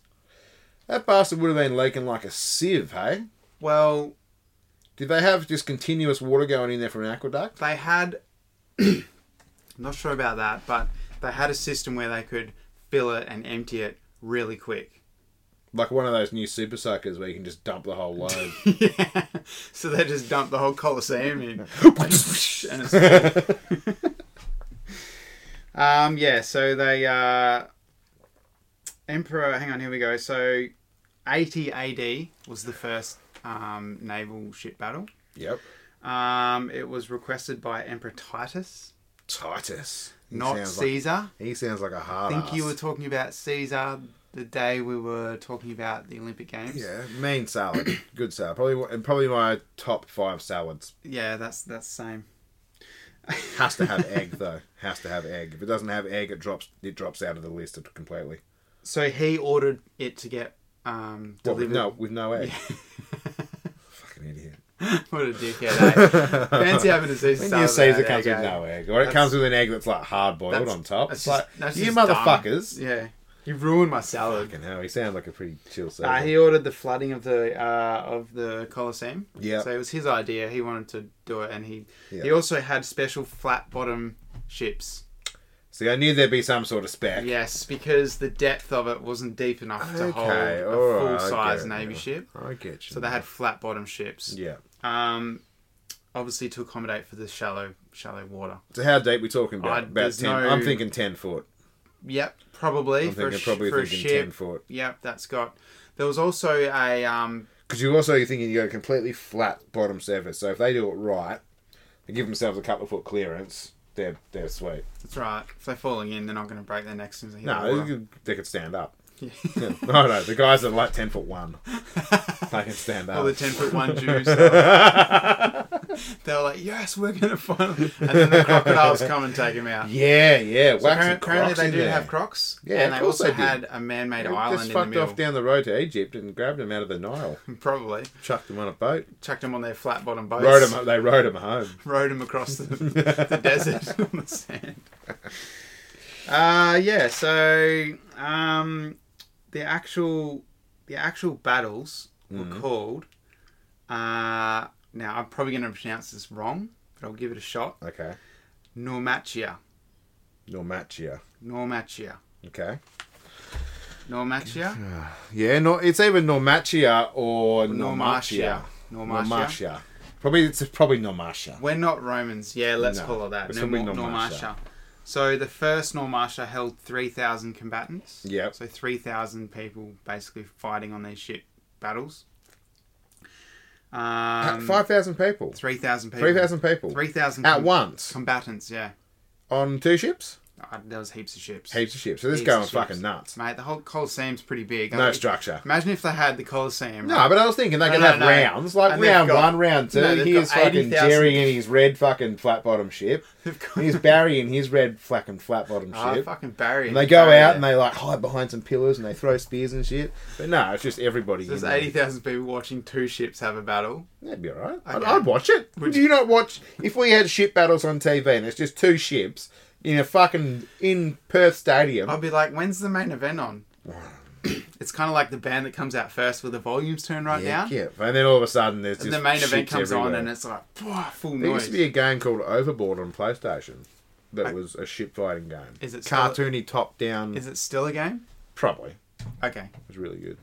[SPEAKER 2] That bastard would have been leaking like a sieve, hey?
[SPEAKER 1] Well,
[SPEAKER 2] Did they have just continuous water going in there from an aqueduct?
[SPEAKER 1] they had [COUGHS] I'm not sure about that, but they had a system where they could fill it and empty it really quick. [LAUGHS]
[SPEAKER 2] Like one of those new super suckers where you can just dump the whole [LAUGHS] load.
[SPEAKER 1] yeah. So they just dumped the whole Colosseum in.
[SPEAKER 2] [LAUGHS]
[SPEAKER 1] and it's um, yeah, so they uh Emperor hang on, here we go. So eighty AD was the first um, naval ship battle.
[SPEAKER 2] yep.
[SPEAKER 1] Um, it was requested by Emperor Titus,
[SPEAKER 2] Titus. He
[SPEAKER 1] not
[SPEAKER 2] sounds like-
[SPEAKER 1] Caesar.
[SPEAKER 2] he sounds like a hard
[SPEAKER 1] I think you
[SPEAKER 2] ass.
[SPEAKER 1] were talking about Caesar the day we were talking about the Olympic Games.
[SPEAKER 2] Yeah,
[SPEAKER 1] [COUGHS]
[SPEAKER 2] mean salad, good salad. Probably one- and probably my top five salads.
[SPEAKER 1] Yeah, that's that's the same.
[SPEAKER 2] Has to have egg though. Has to have egg. If it doesn't have egg, it drops. It drops out of the list completely.
[SPEAKER 1] So he ordered it to get um,
[SPEAKER 2] What, with
[SPEAKER 1] delivered.
[SPEAKER 2] no, with no egg. Fucking idiot.
[SPEAKER 1] [LAUGHS] what a
[SPEAKER 2] [LAUGHS]
[SPEAKER 1] dickhead! Eh? Fancy having a Caesar
[SPEAKER 2] When
[SPEAKER 1] salad.
[SPEAKER 2] your Caesar
[SPEAKER 1] without
[SPEAKER 2] comes
[SPEAKER 1] egg,
[SPEAKER 2] with
[SPEAKER 1] eh?
[SPEAKER 2] no egg, or it
[SPEAKER 1] That's-
[SPEAKER 2] comes with an egg that's like hard boiled
[SPEAKER 1] That's-
[SPEAKER 2] on top.
[SPEAKER 1] that's
[SPEAKER 2] It's
[SPEAKER 1] just-
[SPEAKER 2] like
[SPEAKER 1] that's
[SPEAKER 2] you
[SPEAKER 1] just dumb.
[SPEAKER 2] motherfuckers.
[SPEAKER 1] Yeah, you ruined my salad.
[SPEAKER 2] Fucking hell, he sounds like a pretty chill Caesar.
[SPEAKER 1] Uh, he ordered the flooding of the uh, of the Colosseum.
[SPEAKER 2] Yeah.
[SPEAKER 1] So it was his idea. He wanted to do it, and he he
[SPEAKER 2] Yeah.
[SPEAKER 1] also had special flat bottom ships.
[SPEAKER 2] See, I knew there'd be some sort of spec.
[SPEAKER 1] Yes, because the depth of it wasn't deep enough to
[SPEAKER 2] Okay,
[SPEAKER 1] hold a
[SPEAKER 2] all right, I
[SPEAKER 1] full size
[SPEAKER 2] get it
[SPEAKER 1] navy
[SPEAKER 2] now.
[SPEAKER 1] ship.
[SPEAKER 2] I get you.
[SPEAKER 1] So they had flat bottom ships.
[SPEAKER 2] Yeah.
[SPEAKER 1] Um, obviously to accommodate for the shallow shallow water.
[SPEAKER 2] So how deep we talking about?
[SPEAKER 1] I-
[SPEAKER 2] about
[SPEAKER 1] there's
[SPEAKER 2] ten.
[SPEAKER 1] no-
[SPEAKER 2] I'm thinking ten foot.
[SPEAKER 1] Yep, probably
[SPEAKER 2] I'm
[SPEAKER 1] for a,
[SPEAKER 2] thinking
[SPEAKER 1] sh-
[SPEAKER 2] probably
[SPEAKER 1] for a
[SPEAKER 2] thinking ten
[SPEAKER 1] ship.
[SPEAKER 2] foot.
[SPEAKER 1] Yep, that's got. There was also a um,
[SPEAKER 2] Because you also you're thinking you got a completely flat bottom surface. So if they do it right, they give themselves a couple of foot clearance. They're they're sweet.
[SPEAKER 1] that's right. If they're falling in, they're not going to break their necks and hit the
[SPEAKER 2] No, they
[SPEAKER 1] water.
[SPEAKER 2] could, they could
[SPEAKER 1] [LAUGHS]
[SPEAKER 2] stand up. Yeah. [LAUGHS] No, no, the guys are like ten foot one. They can stand up.
[SPEAKER 1] All the Oh, ten foot
[SPEAKER 2] [LAUGHS]
[SPEAKER 1] one Jews. they were like, [LAUGHS] "Yes, we're going to finally." And then the crocodiles come and take him out.
[SPEAKER 2] yeah, yeah.
[SPEAKER 1] So
[SPEAKER 2] wax
[SPEAKER 1] apparent-
[SPEAKER 2] and
[SPEAKER 1] apparently,
[SPEAKER 2] crocs
[SPEAKER 1] they
[SPEAKER 2] in
[SPEAKER 1] do
[SPEAKER 2] there.
[SPEAKER 1] have crocs.
[SPEAKER 2] Yeah,
[SPEAKER 1] and
[SPEAKER 2] of
[SPEAKER 1] they
[SPEAKER 2] course
[SPEAKER 1] also
[SPEAKER 2] they did.
[SPEAKER 1] had a man-made
[SPEAKER 2] They
[SPEAKER 1] island
[SPEAKER 2] just
[SPEAKER 1] in the
[SPEAKER 2] fucked
[SPEAKER 1] middle.
[SPEAKER 2] off down the road to Egypt and grabbed them out of
[SPEAKER 1] [LAUGHS]
[SPEAKER 2] the Nile,
[SPEAKER 1] Probably
[SPEAKER 2] chucked them on a boat,
[SPEAKER 1] chucked them on their flat bottom boats.
[SPEAKER 2] rode them. They rode them home.
[SPEAKER 1] [LAUGHS]
[SPEAKER 2] [LAUGHS]
[SPEAKER 1] rode him across the, [LAUGHS] the desert on the [LAUGHS] sand. Uh, yeah, so um, the actual the actual battles were called. Uh, now I'm probably going to pronounce this wrong, but I'll give it a shot.
[SPEAKER 2] Okay.
[SPEAKER 1] Normachia,
[SPEAKER 2] Normachia.
[SPEAKER 1] Normachia,
[SPEAKER 2] Okay.
[SPEAKER 1] [LAUGHS] Normachia,
[SPEAKER 2] Yeah, no, it's either Normachia or
[SPEAKER 1] Normachia,
[SPEAKER 2] Normachia.
[SPEAKER 1] Normachia.
[SPEAKER 2] Probably it's probably Normachia.
[SPEAKER 1] We're not Romans. Yeah, let's
[SPEAKER 2] No,
[SPEAKER 1] call it that.
[SPEAKER 2] it's
[SPEAKER 1] No,
[SPEAKER 2] gonna be
[SPEAKER 1] Nor-
[SPEAKER 2] Normatia.
[SPEAKER 1] Normatia. So the first Normatia held 3,000 combatants.
[SPEAKER 2] Yep.
[SPEAKER 1] So 3,000 people basically fighting on these ship battles. Um,
[SPEAKER 2] Five thousand people.
[SPEAKER 1] 3,000 people.
[SPEAKER 2] Three thousand people.
[SPEAKER 1] 3,000
[SPEAKER 2] at
[SPEAKER 1] com-
[SPEAKER 2] once
[SPEAKER 1] combatants, yeah.
[SPEAKER 2] on two ships.
[SPEAKER 1] Uh, there was heaps of ships.
[SPEAKER 2] Heaps of ships. So this is
[SPEAKER 1] Heaps of
[SPEAKER 2] going
[SPEAKER 1] ships.
[SPEAKER 2] fucking nuts.
[SPEAKER 1] Mate, the whole Colosseum's pretty big. I
[SPEAKER 2] No
[SPEAKER 1] mean,
[SPEAKER 2] structure.
[SPEAKER 1] Imagine if they had the Colosseum.
[SPEAKER 2] No,
[SPEAKER 1] right? [LAUGHS]
[SPEAKER 2] but I was thinking they
[SPEAKER 1] No,
[SPEAKER 2] could
[SPEAKER 1] no,
[SPEAKER 2] have
[SPEAKER 1] no.
[SPEAKER 2] rounds, like
[SPEAKER 1] And they've
[SPEAKER 2] round
[SPEAKER 1] got-
[SPEAKER 2] one, round two.
[SPEAKER 1] No, they've
[SPEAKER 2] here's
[SPEAKER 1] got
[SPEAKER 2] fucking
[SPEAKER 1] 80,000
[SPEAKER 2] Jerry in his red fucking flat bottom ship.
[SPEAKER 1] [LAUGHS] They've got-
[SPEAKER 2] Here's Barry in his red fucking flat bottom
[SPEAKER 1] Ah,
[SPEAKER 2] ship.
[SPEAKER 1] fucking barrier.
[SPEAKER 2] And they go out and they like hide behind some pillars and they throw spears and shit. But no, it's just everybody.
[SPEAKER 1] There's
[SPEAKER 2] in there.
[SPEAKER 1] 80,000 people watching two ships have a battle.
[SPEAKER 2] That'd be alright. I'd,
[SPEAKER 1] Okay.
[SPEAKER 2] I'd watch it. Would
[SPEAKER 1] Would
[SPEAKER 2] you, not watch if we had ship battles on TV and it's just two ships in a fucking in Perth Stadium?
[SPEAKER 1] I'll be like, when's the main event on? it's kind of like the band that comes out first with the volumes turned right
[SPEAKER 2] yeah,
[SPEAKER 1] down.
[SPEAKER 2] yeah. And then all of a sudden there's
[SPEAKER 1] And
[SPEAKER 2] just
[SPEAKER 1] the main event
[SPEAKER 2] ships
[SPEAKER 1] comes on
[SPEAKER 2] everywhere.
[SPEAKER 1] and it's like, "Pwah, full
[SPEAKER 2] There
[SPEAKER 1] noise.
[SPEAKER 2] used to be a game called Overboard on PlayStation that was a ship fighting game.
[SPEAKER 1] Is it still-
[SPEAKER 2] cartoony top down?
[SPEAKER 1] Is it still a game?
[SPEAKER 2] probably? It
[SPEAKER 1] Okay.
[SPEAKER 2] was really good.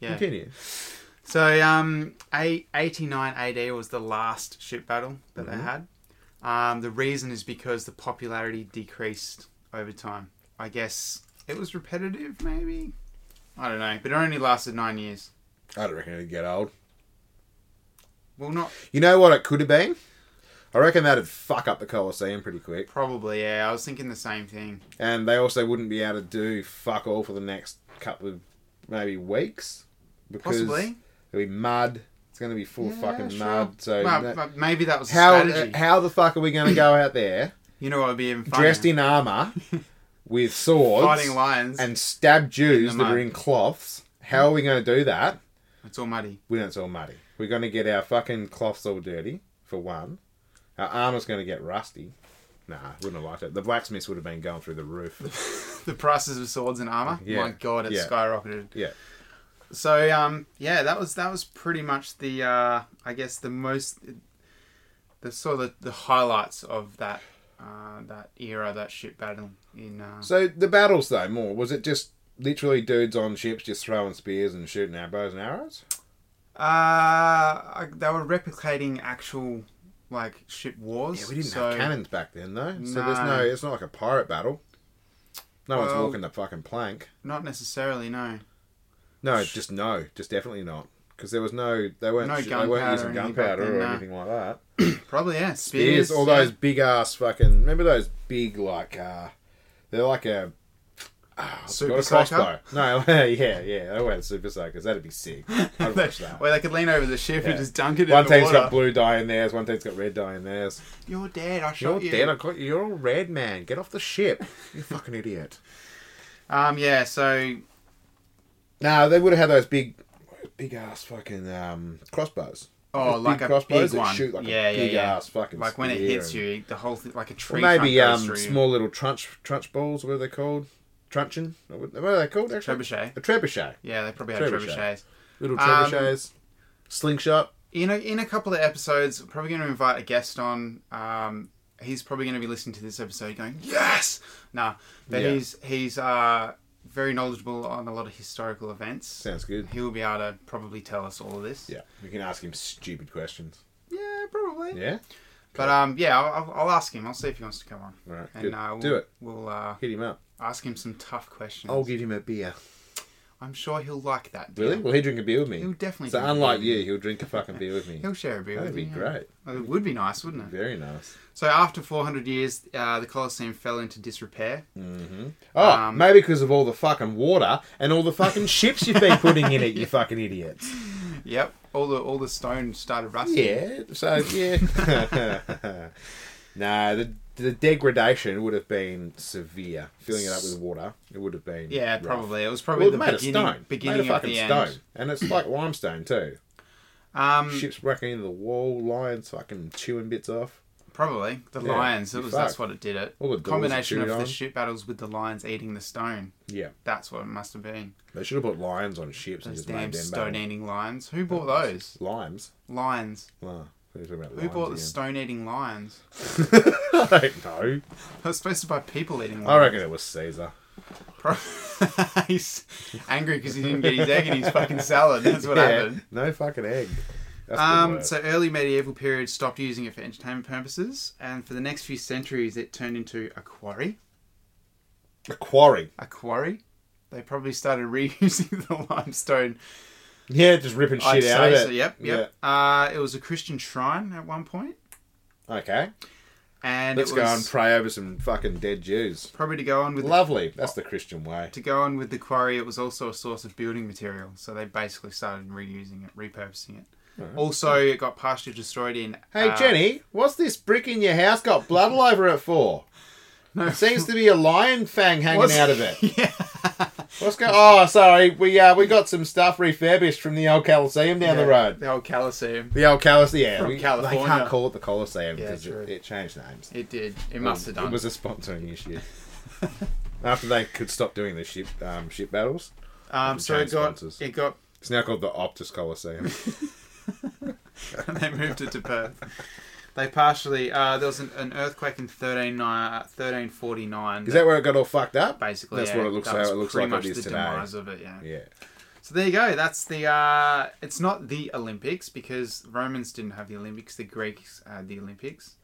[SPEAKER 1] Yeah.
[SPEAKER 2] Continue.
[SPEAKER 1] So, um, eight- 89 AD was the last ship battle that they
[SPEAKER 2] Mm-hmm.
[SPEAKER 1] had. Um, the reason is because the popularity decreased over time. I guess it was repetitive, maybe? I don't know. But it only lasted nine years.
[SPEAKER 2] I don't reckon it'd get old.
[SPEAKER 1] Well, not
[SPEAKER 2] You know what it could have been? I reckon that'd fuck up the Colosseum pretty quick.
[SPEAKER 1] probably, yeah. I was thinking the same thing.
[SPEAKER 2] And they also wouldn't be able to do fuck all for the next couple of maybe weeks. Because
[SPEAKER 1] Possibly.
[SPEAKER 2] There'll be mud. It's going to be full of fucking
[SPEAKER 1] sure.
[SPEAKER 2] mud. So
[SPEAKER 1] Well,
[SPEAKER 2] no-
[SPEAKER 1] but maybe that was a
[SPEAKER 2] how,
[SPEAKER 1] strategy.
[SPEAKER 2] uh, how the fuck are we going to go out there
[SPEAKER 1] you know what would be even funnier?
[SPEAKER 2] dressed
[SPEAKER 1] [LAUGHS]
[SPEAKER 2] in armour with swords?
[SPEAKER 1] fighting lions.
[SPEAKER 2] and stab Jews
[SPEAKER 1] In the
[SPEAKER 2] that are
[SPEAKER 1] mud.
[SPEAKER 2] in cloths. How are we going to do that
[SPEAKER 1] it's all muddy. [LAUGHS]
[SPEAKER 2] when it's all muddy? We're going to get our fucking cloths all dirty, for one. Our armour's going to get rusty. Nah, wouldn't have liked it. The blacksmiths would have been going through the [LAUGHS] roof.
[SPEAKER 1] The prices of swords and armor.
[SPEAKER 2] Yeah.
[SPEAKER 1] My God, it
[SPEAKER 2] Yeah.
[SPEAKER 1] skyrocketed.
[SPEAKER 2] Yeah.
[SPEAKER 1] So um, yeah, that was that was pretty much the uh, I guess the most the sort of the highlights of that uh, that era that ship battle in uh,
[SPEAKER 2] So the battles, though, more was it just literally dudes on ships just throwing spears and shooting our bows and arrows?
[SPEAKER 1] uh I- they were replicating actual like ship wars.
[SPEAKER 2] Yeah, we didn't
[SPEAKER 1] so
[SPEAKER 2] have cannons back then, though. So there's
[SPEAKER 1] No.
[SPEAKER 2] no. It's not like a pirate battle. No one's
[SPEAKER 1] Well-
[SPEAKER 2] walking the fucking plank.
[SPEAKER 1] Not necessarily, no.
[SPEAKER 2] No, just no, just definitely not. Because there was no, they weren't,
[SPEAKER 1] No
[SPEAKER 2] sh- they weren't
[SPEAKER 1] gunpowder
[SPEAKER 2] using
[SPEAKER 1] or anything back
[SPEAKER 2] gunpowder
[SPEAKER 1] then,
[SPEAKER 2] or
[SPEAKER 1] no.
[SPEAKER 2] anything like that.
[SPEAKER 1] Probably yeah. Spears,
[SPEAKER 2] Spears, all
[SPEAKER 1] yeah.
[SPEAKER 2] those big ass fucking. Remember those big like, uh they're like a. ah, I've
[SPEAKER 1] Super
[SPEAKER 2] got a
[SPEAKER 1] soaker?
[SPEAKER 2] crossbow. No, [LAUGHS] yeah, yeah. They weren't super soakers. That'd be sick.
[SPEAKER 1] [LAUGHS]
[SPEAKER 2] I'd watch [LAUGHS] that.
[SPEAKER 1] Where they could lean over the ship
[SPEAKER 2] Yeah.
[SPEAKER 1] and just dunk it
[SPEAKER 2] One
[SPEAKER 1] in the
[SPEAKER 2] team's
[SPEAKER 1] water.
[SPEAKER 2] got blue dye in theirs. One team's got red dye in theirs.
[SPEAKER 1] You're dead. I
[SPEAKER 2] You're
[SPEAKER 1] shot you.
[SPEAKER 2] dead. I got you. You're all red, man. Get off the ship. You
[SPEAKER 1] [LAUGHS]
[SPEAKER 2] fucking idiot.
[SPEAKER 1] Um, yeah. So
[SPEAKER 2] No, they would have had those big, big ass fucking um, crossbows.
[SPEAKER 1] Oh,
[SPEAKER 2] Those
[SPEAKER 1] like
[SPEAKER 2] big
[SPEAKER 1] a big
[SPEAKER 2] crossbows that
[SPEAKER 1] one.
[SPEAKER 2] shoot like
[SPEAKER 1] Yeah,
[SPEAKER 2] a
[SPEAKER 1] yeah,
[SPEAKER 2] big
[SPEAKER 1] yeah.
[SPEAKER 2] ass fucking.
[SPEAKER 1] like when it
[SPEAKER 2] spear
[SPEAKER 1] hits
[SPEAKER 2] and-
[SPEAKER 1] you, the whole thing, like a tree.
[SPEAKER 2] Or maybe
[SPEAKER 1] trunk goes
[SPEAKER 2] um,
[SPEAKER 1] through you.
[SPEAKER 2] small little trunch trunch balls. What are they called? Truncheon. Or What what are they called? Actually,
[SPEAKER 1] Trebuchet.
[SPEAKER 2] A trebuchet.
[SPEAKER 1] Yeah, they probably had
[SPEAKER 2] Trebuchet.
[SPEAKER 1] trebuchets.
[SPEAKER 2] Little
[SPEAKER 1] Um,
[SPEAKER 2] trebuchets. Slingshot.
[SPEAKER 1] In a, in a couple of episodes, we're probably going to invite a guest on. Um, he's probably going to be listening to this episode, going, "Yes, nah." But
[SPEAKER 2] Yeah.
[SPEAKER 1] he's he's uh, very knowledgeable on a lot of historical events.
[SPEAKER 2] Sounds good.
[SPEAKER 1] he will be able to probably tell us all of this.
[SPEAKER 2] Yeah, we can ask him stupid questions.
[SPEAKER 1] yeah, probably.
[SPEAKER 2] Yeah,
[SPEAKER 1] But um, yeah, I'll, I'll- I'll ask him. I'll see if he wants to come on.
[SPEAKER 2] all right,
[SPEAKER 1] And
[SPEAKER 2] good.
[SPEAKER 1] uh, we'll,
[SPEAKER 2] Do it.
[SPEAKER 1] We'll uh,
[SPEAKER 2] Hit him up.
[SPEAKER 1] ask him some tough questions.
[SPEAKER 2] I'll give him a beer.
[SPEAKER 1] I'm sure he'll like that. deal.
[SPEAKER 2] Really? Will he drink a beer with me?
[SPEAKER 1] He'll definitely
[SPEAKER 2] So
[SPEAKER 1] drink a
[SPEAKER 2] unlike
[SPEAKER 1] beer.
[SPEAKER 2] you, he'll drink a fucking beer with me.
[SPEAKER 1] He'll share a beer
[SPEAKER 2] That'd
[SPEAKER 1] with
[SPEAKER 2] be
[SPEAKER 1] you, yeah.
[SPEAKER 2] great.
[SPEAKER 1] Well, It would be nice, wouldn't it?
[SPEAKER 2] Very nice.
[SPEAKER 1] So after 400 years, uh, the Colosseum fell into disrepair.
[SPEAKER 2] Oh,
[SPEAKER 1] Um,
[SPEAKER 2] maybe because of all the fucking water and all the fucking ships you've been putting in it, you fucking idiots.
[SPEAKER 1] Yep, all the all the stone started rusting.
[SPEAKER 2] Yeah. So
[SPEAKER 1] [LAUGHS]
[SPEAKER 2] yeah. no, the the degradation would have been severe. Filling it up with water, it would have been.
[SPEAKER 1] Yeah,
[SPEAKER 2] rough.
[SPEAKER 1] probably. It was
[SPEAKER 2] Well,
[SPEAKER 1] probably
[SPEAKER 2] made
[SPEAKER 1] the
[SPEAKER 2] of
[SPEAKER 1] beginning,
[SPEAKER 2] stone.
[SPEAKER 1] beginning
[SPEAKER 2] made of
[SPEAKER 1] of
[SPEAKER 2] fucking
[SPEAKER 1] the
[SPEAKER 2] stone,
[SPEAKER 1] end.
[SPEAKER 2] and it's like limestone too.
[SPEAKER 1] Um,
[SPEAKER 2] Ships wrecking into the wall, lions fucking chewing bits off.
[SPEAKER 1] Probably the
[SPEAKER 2] Yeah,
[SPEAKER 1] lions. It
[SPEAKER 2] you
[SPEAKER 1] was that's
[SPEAKER 2] fucked.
[SPEAKER 1] what it did it.
[SPEAKER 2] All the doors are
[SPEAKER 1] Combination of
[SPEAKER 2] chewed
[SPEAKER 1] the
[SPEAKER 2] on.
[SPEAKER 1] ship battles with the lions eating the stone.
[SPEAKER 2] Yeah,
[SPEAKER 1] That's what it must have been.
[SPEAKER 2] they should have put lions on ships and
[SPEAKER 1] Those
[SPEAKER 2] just
[SPEAKER 1] damn
[SPEAKER 2] made them battle.
[SPEAKER 1] stone-eating lions. Who bought those
[SPEAKER 2] limes.
[SPEAKER 1] lions?
[SPEAKER 2] Wow. Who
[SPEAKER 1] Who bought the stone-eating lions?
[SPEAKER 2] [LAUGHS] I don't know.
[SPEAKER 1] I was supposed to buy people-eating
[SPEAKER 2] I
[SPEAKER 1] lions.
[SPEAKER 2] reckon it was Caesar.
[SPEAKER 1] Pro- [LAUGHS] He's angry because he didn't get his egg in his fucking salad. That's what
[SPEAKER 2] Yeah,
[SPEAKER 1] happened.
[SPEAKER 2] No fucking egg. That's the
[SPEAKER 1] Um,
[SPEAKER 2] word.
[SPEAKER 1] so early medieval period stopped using it for entertainment purposes, and for the next few centuries, it turned into a quarry.
[SPEAKER 2] a quarry.
[SPEAKER 1] A quarry. They probably started [LAUGHS] reusing the limestone.
[SPEAKER 2] Yeah, just ripping shit
[SPEAKER 1] I'd
[SPEAKER 2] out of
[SPEAKER 1] say
[SPEAKER 2] it.
[SPEAKER 1] so. Yep, yep. Uh, it was a Christian shrine at one point,
[SPEAKER 2] Yeah. Okay.
[SPEAKER 1] and
[SPEAKER 2] Let's
[SPEAKER 1] it
[SPEAKER 2] go and
[SPEAKER 1] was
[SPEAKER 2] pray over some fucking dead Jews.
[SPEAKER 1] probably to go on with the
[SPEAKER 2] Lovely. That's the Christian way.
[SPEAKER 1] to go on with the quarry, it was also a source of building material, so they basically started reusing it, repurposing it. Also, it got partially destroyed in.
[SPEAKER 2] Hey
[SPEAKER 1] uh,
[SPEAKER 2] Jenny, what's this brick in your house got blood all over it for?
[SPEAKER 1] No.
[SPEAKER 2] It seems to be a lion fang hanging
[SPEAKER 1] What's-
[SPEAKER 2] out of it.
[SPEAKER 1] [LAUGHS] yeah.
[SPEAKER 2] What's going? Oh, sorry. We uh, we got some stuff refurbished from the old Coliseum down the road.
[SPEAKER 1] The old Colosseum.
[SPEAKER 2] The old Coliseum. Yeah,
[SPEAKER 1] From
[SPEAKER 2] we,
[SPEAKER 1] California.
[SPEAKER 2] They can't call it the Coliseum
[SPEAKER 1] Yeah,
[SPEAKER 2] because
[SPEAKER 1] true.
[SPEAKER 2] it, it changed names.
[SPEAKER 1] It did. It must have done.
[SPEAKER 2] It was a sponsoring
[SPEAKER 1] [LAUGHS]
[SPEAKER 2] issue. After they could stop doing the ship um, ship battles,
[SPEAKER 1] um, so it
[SPEAKER 2] change
[SPEAKER 1] got
[SPEAKER 2] sponsors.
[SPEAKER 1] it got. [LAUGHS]
[SPEAKER 2] it's now called the Optus Coliseum.
[SPEAKER 1] they moved it to Perth. They partially. Uh, there was an, an earthquake in 13, uh, 1349.
[SPEAKER 2] Is that where it got all fucked up?
[SPEAKER 1] basically?
[SPEAKER 2] That's
[SPEAKER 1] yeah,
[SPEAKER 2] what it looks
[SPEAKER 1] that
[SPEAKER 2] like.
[SPEAKER 1] was
[SPEAKER 2] It looks
[SPEAKER 1] pretty
[SPEAKER 2] like it
[SPEAKER 1] much
[SPEAKER 2] is
[SPEAKER 1] the
[SPEAKER 2] today.
[SPEAKER 1] demise of it. Yeah.
[SPEAKER 2] Yeah.
[SPEAKER 1] So there you go. That's the. Uh, it's not the Olympics because Romans didn't have the Olympics. The Greeks had the Olympics.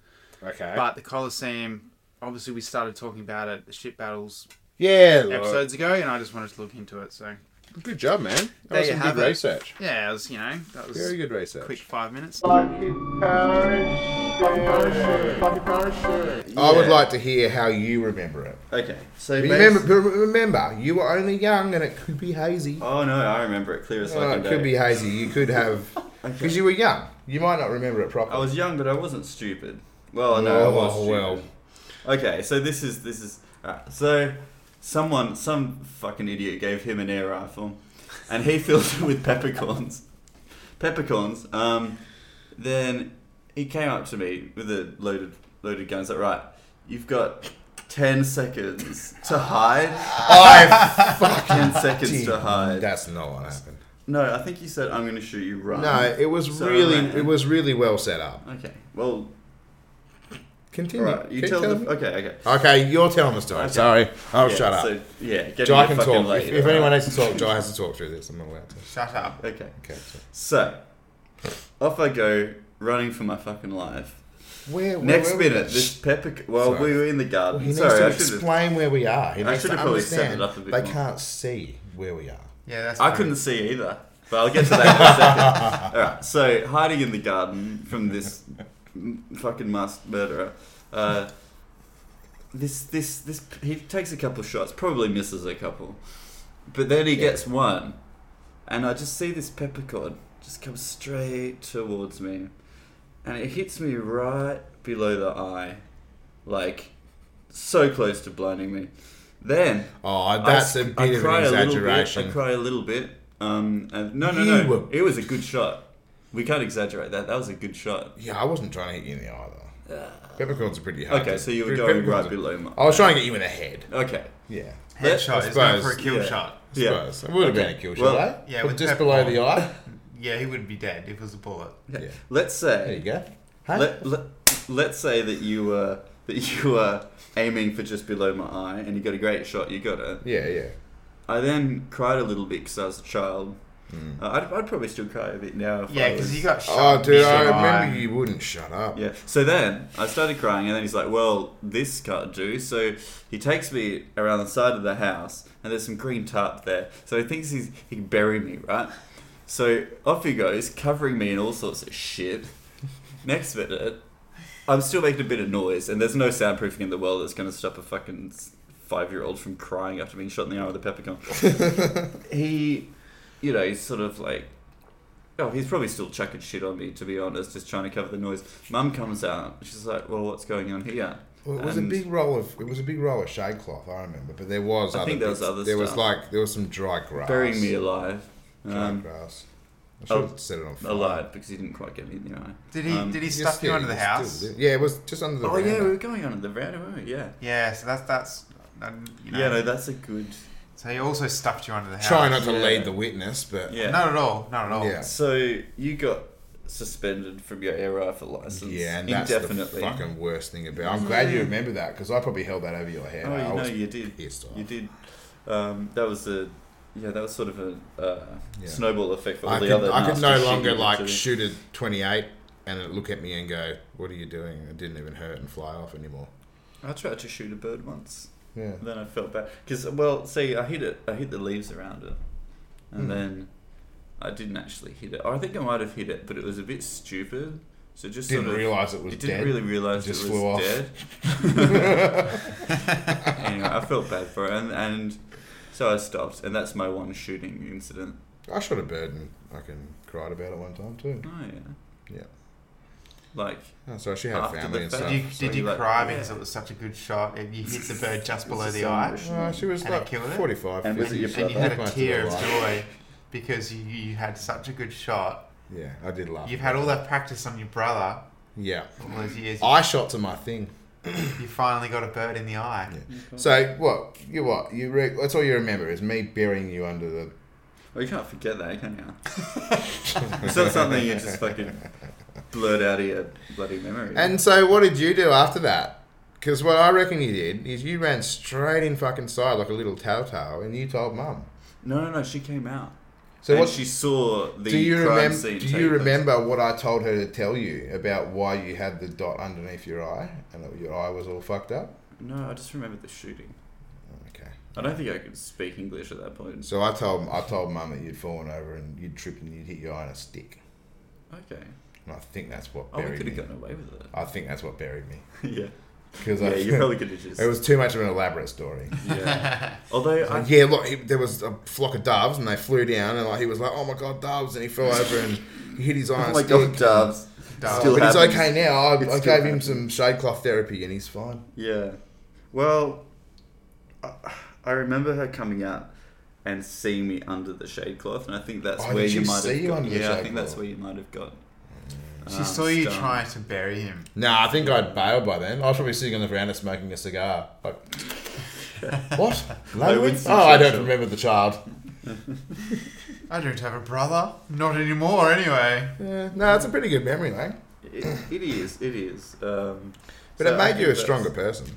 [SPEAKER 2] Okay.
[SPEAKER 1] But the Colosseum. Obviously, we started talking about it. The ship battles
[SPEAKER 2] yeah. Look,
[SPEAKER 1] episodes ago, and I just wanted to look into it. So
[SPEAKER 2] Good job, man. That
[SPEAKER 1] There
[SPEAKER 2] was
[SPEAKER 1] you
[SPEAKER 2] some
[SPEAKER 1] have
[SPEAKER 2] good
[SPEAKER 1] it.
[SPEAKER 2] research.
[SPEAKER 1] yeah, it was you know that was
[SPEAKER 2] Very good research.
[SPEAKER 1] quick five minutes.
[SPEAKER 6] I would like to hear how you remember it.
[SPEAKER 7] Okay, so
[SPEAKER 6] Remember, but remember, you were only young and it could be hazy.
[SPEAKER 7] Oh no, I remember it clear as
[SPEAKER 6] Oh,
[SPEAKER 7] fucking
[SPEAKER 6] it
[SPEAKER 7] day.
[SPEAKER 6] could be hazy. You could have.
[SPEAKER 7] [LAUGHS]
[SPEAKER 6] Because you were young. You might not remember it properly.
[SPEAKER 7] I was young, but I wasn't stupid. Well, no, I was
[SPEAKER 6] Oh,
[SPEAKER 7] stupid.
[SPEAKER 6] well.
[SPEAKER 7] Okay, so this is this is alright, so someone some fucking idiot gave him an air rifle, and he [LAUGHS] filled it with peppercorns. Peppercorns. Um, then he came up to me with a loaded loaded gun. He's like, right, you've got ten seconds to
[SPEAKER 6] [LAUGHS]
[SPEAKER 7] hide. [LAUGHS]
[SPEAKER 6] I [LAUGHS]
[SPEAKER 7] Ten seconds to
[SPEAKER 6] fucking-
[SPEAKER 7] hide.
[SPEAKER 6] That's not what happened.
[SPEAKER 7] No, I think you said I'm going to shoot you right.
[SPEAKER 6] No, it was
[SPEAKER 7] So I
[SPEAKER 6] really,
[SPEAKER 7] ran.
[SPEAKER 6] it was really well set up.
[SPEAKER 7] Okay. Well,
[SPEAKER 6] Continue.
[SPEAKER 7] right. You
[SPEAKER 6] Keep
[SPEAKER 7] tell the.
[SPEAKER 6] telling me.
[SPEAKER 7] Okay. Okay.
[SPEAKER 6] Okay, you're telling the story. Sorry. I'll Oh,
[SPEAKER 7] yeah,
[SPEAKER 6] shut up.
[SPEAKER 7] So, yeah. Get
[SPEAKER 6] Jai
[SPEAKER 7] me
[SPEAKER 6] can
[SPEAKER 7] fucking
[SPEAKER 6] talk.
[SPEAKER 7] Late,
[SPEAKER 6] if if anyone has to talk, Jai has to talk through this. I'm not allowed to.
[SPEAKER 1] Shut up.
[SPEAKER 7] Okay.
[SPEAKER 6] Okay. So.
[SPEAKER 7] So, off I go, running for my fucking life.
[SPEAKER 6] Where, where
[SPEAKER 7] Next
[SPEAKER 6] were we?
[SPEAKER 7] minute, this pepper. Well,
[SPEAKER 6] Sorry.
[SPEAKER 7] we were in the garden.
[SPEAKER 6] He needs
[SPEAKER 7] Sorry,
[SPEAKER 6] to
[SPEAKER 7] I should have.
[SPEAKER 6] explain where we are. He
[SPEAKER 7] I
[SPEAKER 6] needs
[SPEAKER 7] should
[SPEAKER 6] to
[SPEAKER 7] have probably set
[SPEAKER 6] understand
[SPEAKER 7] it up a bit
[SPEAKER 6] they
[SPEAKER 7] more.
[SPEAKER 6] can't see where we are.
[SPEAKER 1] Yeah, that's.
[SPEAKER 7] I
[SPEAKER 1] fine.
[SPEAKER 7] couldn't see either, but I'll get to that
[SPEAKER 1] [LAUGHS]
[SPEAKER 7] in a second. All right. So, hiding in the garden from this m- fucking masked murderer. Uh, this, this, this. He takes a couple shots. Probably misses a couple, but then he gets one, and I just see this peppercorn just come straight towards me. and it hits me right below the eye, like so close to blinding me. Then
[SPEAKER 6] Oh,
[SPEAKER 7] I
[SPEAKER 6] that's
[SPEAKER 7] sc-
[SPEAKER 6] a bit
[SPEAKER 7] I
[SPEAKER 6] of
[SPEAKER 7] cry
[SPEAKER 6] an
[SPEAKER 7] a little bit-
[SPEAKER 6] exaggeration.
[SPEAKER 7] I cry a little bit. Um, and no, no,
[SPEAKER 6] You
[SPEAKER 7] no,
[SPEAKER 6] were-
[SPEAKER 7] it was a good shot. We can't exaggerate that. That was a good shot.
[SPEAKER 6] yeah, I wasn't trying to hit you in the eye though. Peppercorns are pretty hard.
[SPEAKER 7] Okay,
[SPEAKER 6] to-
[SPEAKER 7] so you were
[SPEAKER 6] pe-
[SPEAKER 7] going
[SPEAKER 6] peppercorns
[SPEAKER 7] right
[SPEAKER 6] are-
[SPEAKER 7] below my.
[SPEAKER 6] I was trying to get you in the head.
[SPEAKER 7] Okay,
[SPEAKER 6] Yeah.
[SPEAKER 8] Headshot. He's going
[SPEAKER 6] suppose,
[SPEAKER 8] for a kill
[SPEAKER 7] yeah.
[SPEAKER 8] shot.
[SPEAKER 7] yeah.
[SPEAKER 6] Suppose. It would have been a kill shot,
[SPEAKER 7] Well,
[SPEAKER 6] eh?
[SPEAKER 8] yeah,
[SPEAKER 6] But
[SPEAKER 8] with
[SPEAKER 6] just
[SPEAKER 8] pepper
[SPEAKER 6] below
[SPEAKER 8] on.
[SPEAKER 6] the eye.
[SPEAKER 8] Yeah, he would be dead if it was a bullet.
[SPEAKER 7] Okay.
[SPEAKER 6] Yeah.
[SPEAKER 7] Let's
[SPEAKER 6] There you
[SPEAKER 7] say,
[SPEAKER 6] go. Hey?
[SPEAKER 7] let, let, let's say that you were that you were aiming for just below my eye, and you got a great shot. You got it.
[SPEAKER 6] yeah, yeah.
[SPEAKER 7] I then cried a little bit because I was a child.
[SPEAKER 6] Hmm.
[SPEAKER 7] Uh, I'd, I'd probably still cry a bit now. If
[SPEAKER 8] Yeah,
[SPEAKER 7] I
[SPEAKER 8] because
[SPEAKER 7] was-
[SPEAKER 8] he got shot.
[SPEAKER 6] Oh, dude, I
[SPEAKER 8] in the eye.
[SPEAKER 6] remember you wouldn't shut up.
[SPEAKER 7] Yeah. So then I started crying, and then he's like, "Well, this can't do." So he takes me around the side of the house, and there's some green tarp there. So he thinks he's he can bury me, right? So off he goes, covering me in all sorts of shit. Next minute, I'm still making a bit of noise, and there's no soundproofing in the world that's going to stop a fucking five-year-old from crying after being shot in the eye with
[SPEAKER 6] [LAUGHS]
[SPEAKER 7] a peppercorn. he, you know, he's sort of like, oh, he's probably still chucking shit on me, to be honest, just trying to cover the noise. Mum comes out, she's like, well, what's going on here?
[SPEAKER 6] Well, it was
[SPEAKER 7] And-
[SPEAKER 6] a big roll of it was a big roll of shade cloth. I remember, but there was
[SPEAKER 7] I
[SPEAKER 6] other
[SPEAKER 7] think there was
[SPEAKER 6] bits.
[SPEAKER 7] other
[SPEAKER 6] there was
[SPEAKER 7] stuff.
[SPEAKER 6] like there was some dry grass.
[SPEAKER 7] Burying me alive.
[SPEAKER 6] Dry
[SPEAKER 7] Um,
[SPEAKER 6] grass.
[SPEAKER 2] I should
[SPEAKER 7] Oh,
[SPEAKER 2] have set it on fire.
[SPEAKER 7] A light because he didn't quite get me in the eye.
[SPEAKER 9] Did he?
[SPEAKER 7] Um,
[SPEAKER 9] did he
[SPEAKER 2] Yes,
[SPEAKER 9] stuff you
[SPEAKER 2] yeah,
[SPEAKER 9] under the
[SPEAKER 2] it was
[SPEAKER 9] house?
[SPEAKER 2] still there. Yeah, it was just under the.
[SPEAKER 7] Oh yeah,
[SPEAKER 2] veranda.
[SPEAKER 7] we were going on at the veranda, weren't we? Yeah.
[SPEAKER 9] Yeah. So that's that's. um, you know,
[SPEAKER 7] Yeah, no, that's a good.
[SPEAKER 9] so he also stuffed you under the house.
[SPEAKER 2] Try not to
[SPEAKER 7] Yeah.
[SPEAKER 2] lead the witness, but
[SPEAKER 7] Yeah.
[SPEAKER 9] Not at all. Not at all.
[SPEAKER 2] Yeah.
[SPEAKER 7] So you got suspended from your air rifle license.
[SPEAKER 2] Yeah, and that's
[SPEAKER 7] indefinitely.
[SPEAKER 2] the fucking worst thing about. I'm glad you remember that because I probably held that over your head.
[SPEAKER 7] Oh,
[SPEAKER 2] I
[SPEAKER 7] you know,
[SPEAKER 2] was
[SPEAKER 7] you did.
[SPEAKER 2] pissed off.
[SPEAKER 7] You did. Um, that was a. Yeah, that was sort of a uh,
[SPEAKER 2] Yeah.
[SPEAKER 7] snowball effect for all
[SPEAKER 2] I
[SPEAKER 7] the
[SPEAKER 2] could,
[SPEAKER 7] other.
[SPEAKER 2] I could
[SPEAKER 7] nasty
[SPEAKER 2] no
[SPEAKER 7] shit
[SPEAKER 2] longer
[SPEAKER 7] you were
[SPEAKER 2] like
[SPEAKER 7] doing.
[SPEAKER 2] shoot a 28 and it look at me and go, "What are you doing?" It didn't even hurt and fly off anymore.
[SPEAKER 7] I tried to shoot a bird once.
[SPEAKER 2] Yeah.
[SPEAKER 7] And then I felt bad because well, see, I hit it. I hit the leaves around it, and
[SPEAKER 2] Hmm.
[SPEAKER 7] then I didn't actually hit it. I think I might have hit it, but it was a bit stupid. So just
[SPEAKER 2] Didn't
[SPEAKER 7] sort of,
[SPEAKER 2] realize it was
[SPEAKER 7] it didn't
[SPEAKER 2] dead.
[SPEAKER 7] really realize
[SPEAKER 2] Just
[SPEAKER 7] it
[SPEAKER 2] flew
[SPEAKER 7] was
[SPEAKER 2] off. [LAUGHS]
[SPEAKER 7] dead. anyway, I felt bad for it, and, and so I stopped. And that's my one shooting incident.
[SPEAKER 2] I shot a bird and I can cried about it one time too.
[SPEAKER 7] Oh yeah,
[SPEAKER 2] Yeah.
[SPEAKER 7] like
[SPEAKER 2] Oh, so she had
[SPEAKER 7] After
[SPEAKER 2] family
[SPEAKER 7] the
[SPEAKER 2] and
[SPEAKER 7] fact-
[SPEAKER 2] stuff.
[SPEAKER 1] Did you,
[SPEAKER 2] so-
[SPEAKER 1] did you
[SPEAKER 7] like-
[SPEAKER 1] cry
[SPEAKER 7] yeah.
[SPEAKER 1] because it was such a good shot and you hit the bird [LAUGHS] just below
[SPEAKER 7] It's
[SPEAKER 1] the
[SPEAKER 7] so
[SPEAKER 1] eye?
[SPEAKER 7] emotional.
[SPEAKER 2] No, Uh, she was
[SPEAKER 1] And they
[SPEAKER 2] like
[SPEAKER 1] killed it?
[SPEAKER 2] 45.
[SPEAKER 7] And was
[SPEAKER 1] And,
[SPEAKER 7] it your
[SPEAKER 1] you- and you
[SPEAKER 7] brother?
[SPEAKER 1] had a tear of joy because you, you had such a good shot.
[SPEAKER 2] Yeah, I did laugh.
[SPEAKER 1] You've had all that practice on your brother
[SPEAKER 2] Yeah.
[SPEAKER 1] all those years.
[SPEAKER 2] I shot to my thing.
[SPEAKER 1] You finally got a bird in the eye.
[SPEAKER 2] So what? You what? You re- that's all you remember is me burying you under the.
[SPEAKER 7] well, you can't forget that, can you? [LAUGHS] it's not something you just fucking blurt out of your bloody memory.
[SPEAKER 2] And so what did you do after that? Because what I reckon you did is you ran straight in fucking side like a little telltale, and you told mum.
[SPEAKER 7] no, no, no, she came out.
[SPEAKER 2] So
[SPEAKER 7] and
[SPEAKER 2] what?
[SPEAKER 7] she saw the
[SPEAKER 2] do you
[SPEAKER 7] crime
[SPEAKER 2] remember?
[SPEAKER 7] scene.
[SPEAKER 2] Do
[SPEAKER 7] take
[SPEAKER 2] you
[SPEAKER 7] place.
[SPEAKER 2] remember what I told her to tell you about why you had the dot underneath your eye and that your eye was all fucked up?
[SPEAKER 7] No, I just remember the shooting.
[SPEAKER 2] Okay.
[SPEAKER 7] I don't think I could speak English at that point.
[SPEAKER 2] So I told I told mum that you'd fallen over and you'd tripped and you'd hit your eye on a stick,
[SPEAKER 7] Okay.
[SPEAKER 2] and I think that's what
[SPEAKER 7] Oh, we
[SPEAKER 2] buried
[SPEAKER 7] could
[SPEAKER 2] me.
[SPEAKER 7] have gotten away with it.
[SPEAKER 2] I think that's what buried me
[SPEAKER 7] [LAUGHS] yeah.
[SPEAKER 2] because
[SPEAKER 7] Yeah,
[SPEAKER 2] I. [LAUGHS]
[SPEAKER 7] you probably could have just.
[SPEAKER 2] It was too much of an elaborate story.
[SPEAKER 7] [LAUGHS]
[SPEAKER 2] [LAUGHS]
[SPEAKER 7] Yeah. Although I,
[SPEAKER 2] Like, yeah, look, he, there was a flock of doves, and they flew down, and like he was like, "Oh my god, doves!" and he fell over and he hit his eye.
[SPEAKER 7] [LAUGHS]
[SPEAKER 2] on
[SPEAKER 7] oh
[SPEAKER 2] a
[SPEAKER 7] my
[SPEAKER 2] stick.
[SPEAKER 7] god, doves. Still
[SPEAKER 2] but
[SPEAKER 7] happens.
[SPEAKER 2] he's okay now. I,
[SPEAKER 7] It still
[SPEAKER 2] I gave him
[SPEAKER 7] happens.
[SPEAKER 2] some shade cloth therapy, and he's fine.
[SPEAKER 7] Yeah. Well, I, I remember her coming out and seeing me under the shade cloth, and I think that's
[SPEAKER 2] Oh,
[SPEAKER 7] where
[SPEAKER 2] did
[SPEAKER 7] you
[SPEAKER 2] she
[SPEAKER 7] might
[SPEAKER 2] see
[SPEAKER 7] have
[SPEAKER 2] you
[SPEAKER 7] got.
[SPEAKER 2] under the
[SPEAKER 7] yeah, I
[SPEAKER 2] shade
[SPEAKER 7] think that's
[SPEAKER 2] cloth?
[SPEAKER 7] where you might have got.
[SPEAKER 1] She
[SPEAKER 2] Ah,
[SPEAKER 7] um,
[SPEAKER 1] saw you
[SPEAKER 7] stung.
[SPEAKER 1] trying to bury him.
[SPEAKER 2] Nah, I think I'd bailed by then. I was probably sitting on the veranda smoking a cigar. [LAUGHS] Like, what? Language?
[SPEAKER 7] Winston
[SPEAKER 2] Oh, I don't
[SPEAKER 7] Churchill.
[SPEAKER 2] remember the child.
[SPEAKER 1] I don't have a brother. Not anymore, anyway.
[SPEAKER 2] Yeah, no, it's a pretty good memory, Lang.
[SPEAKER 7] [LAUGHS] It, it is. It is. Um,
[SPEAKER 2] But
[SPEAKER 7] so
[SPEAKER 2] it
[SPEAKER 7] I
[SPEAKER 2] made
[SPEAKER 7] think
[SPEAKER 2] you a
[SPEAKER 7] that's-
[SPEAKER 2] stronger person,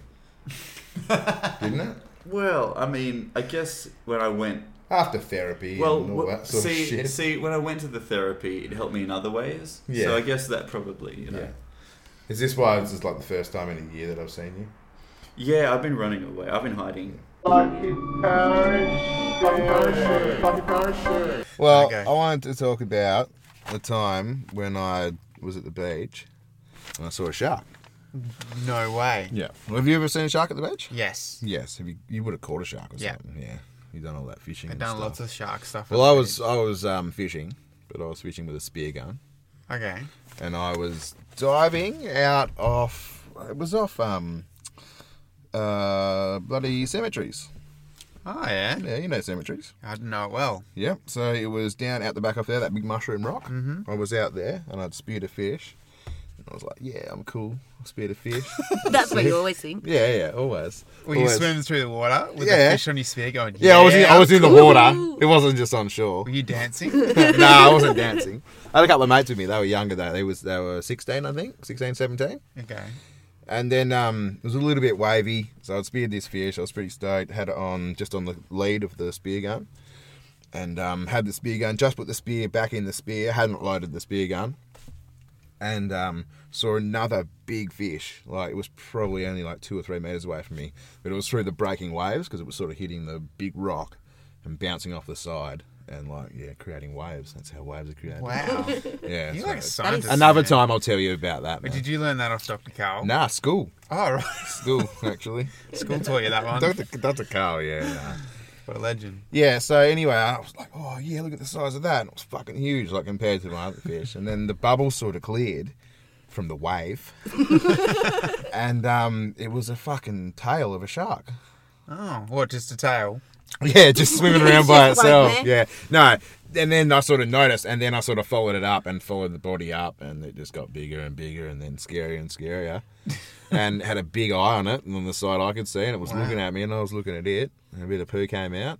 [SPEAKER 2] [LAUGHS] didn't it?
[SPEAKER 7] Well, I mean, I guess when I went
[SPEAKER 2] After therapy
[SPEAKER 7] Well,
[SPEAKER 2] and all
[SPEAKER 7] wh-
[SPEAKER 2] that sort
[SPEAKER 7] see,
[SPEAKER 2] of shit.
[SPEAKER 7] see, when I went to the therapy, it helped me in other ways.
[SPEAKER 2] Yeah.
[SPEAKER 7] So I guess that probably, you know.
[SPEAKER 2] Yeah.
[SPEAKER 7] Yeah.
[SPEAKER 2] Is this why this is like the first time in a year that I've seen you?
[SPEAKER 7] I've been running away. I've been hiding.
[SPEAKER 2] Well,
[SPEAKER 1] Okay.
[SPEAKER 2] I wanted to talk about the time when I was at the beach and I saw a shark.
[SPEAKER 1] No way.
[SPEAKER 2] Yeah. Have you ever seen a shark at the beach?
[SPEAKER 1] Yes.
[SPEAKER 2] Yes. Have you? You would have caught a shark or
[SPEAKER 1] Yeah.
[SPEAKER 2] something. Yeah. You done all that fishing.
[SPEAKER 1] I've
[SPEAKER 2] and
[SPEAKER 1] done
[SPEAKER 2] stuff.
[SPEAKER 1] lots of shark stuff.
[SPEAKER 2] Well, I was I was um, fishing, but I was fishing with a spear gun,
[SPEAKER 1] Okay.
[SPEAKER 2] and I was diving out off. It was off um, uh, bloody cemeteries.
[SPEAKER 1] Oh, yeah.
[SPEAKER 2] Yeah, you know cemeteries.
[SPEAKER 1] I didn't know it well.
[SPEAKER 2] Yep. So it was down out the back of there, that big mushroom rock. I was out there and I'd speared a fish. And I was like, yeah, I'm cool. I speared a fish. [LAUGHS]
[SPEAKER 10] That's what you always think.
[SPEAKER 2] yeah, yeah, always.
[SPEAKER 1] Were you
[SPEAKER 2] Always.
[SPEAKER 1] swimming through the water with
[SPEAKER 2] Yeah.
[SPEAKER 1] a fish on your spear going,
[SPEAKER 2] Yeah, I was in, I was in the water.
[SPEAKER 10] cool.
[SPEAKER 2] It wasn't just on shore.
[SPEAKER 1] Were you dancing?
[SPEAKER 2] [LAUGHS] no, I wasn't dancing. I had a couple of mates with me. They were younger though. They was they were 16, I think, 16, 17.
[SPEAKER 1] okay.
[SPEAKER 2] And then um, it was a little bit wavy, so I'd speared this fish. I was pretty stoked. Had it on just on the lead of the spear gun, and um, had the spear gun. Just put the spear back in the spear. Hadn't loaded the spear gun, and um, saw another big fish. Like it was probably only like two or three meters away from me, but it was through the breaking waves because it was sort of hitting the big rock and bouncing off the side and like yeah, creating waves. That's how waves are created.
[SPEAKER 1] Wow.
[SPEAKER 2] Yeah.
[SPEAKER 1] You're
[SPEAKER 2] so-
[SPEAKER 1] like a scientist.
[SPEAKER 2] another
[SPEAKER 1] man.
[SPEAKER 2] time I'll tell you about that.
[SPEAKER 1] But
[SPEAKER 2] man.
[SPEAKER 1] did you learn that off Dr. Carl?
[SPEAKER 2] Nah, school,
[SPEAKER 1] Oh,
[SPEAKER 2] [LAUGHS]
[SPEAKER 1] right.
[SPEAKER 2] school actually.
[SPEAKER 1] School taught you that one.
[SPEAKER 2] Dr. Dr. Carl, yeah. nah.
[SPEAKER 1] What a legend.
[SPEAKER 2] Yeah, so anyway, I was like, oh, yeah, look at the size of that. And it was fucking huge, like, compared to my other fish. And then the bubble sort of cleared from the wave. and um, it was a fucking tail of a shark.
[SPEAKER 1] Oh, what? Just a tail?
[SPEAKER 2] [LAUGHS] Yeah, just swimming around by
[SPEAKER 10] Just
[SPEAKER 2] itself.
[SPEAKER 10] like that.
[SPEAKER 2] yeah. No, and then I sort of noticed, and then I sort of followed it up and followed the body up, and it just got bigger and bigger, and then scarier and scarier, and had a big eye on it, and on the side I could see, and it was looking at me, and I was looking at it, and a bit of poo came out,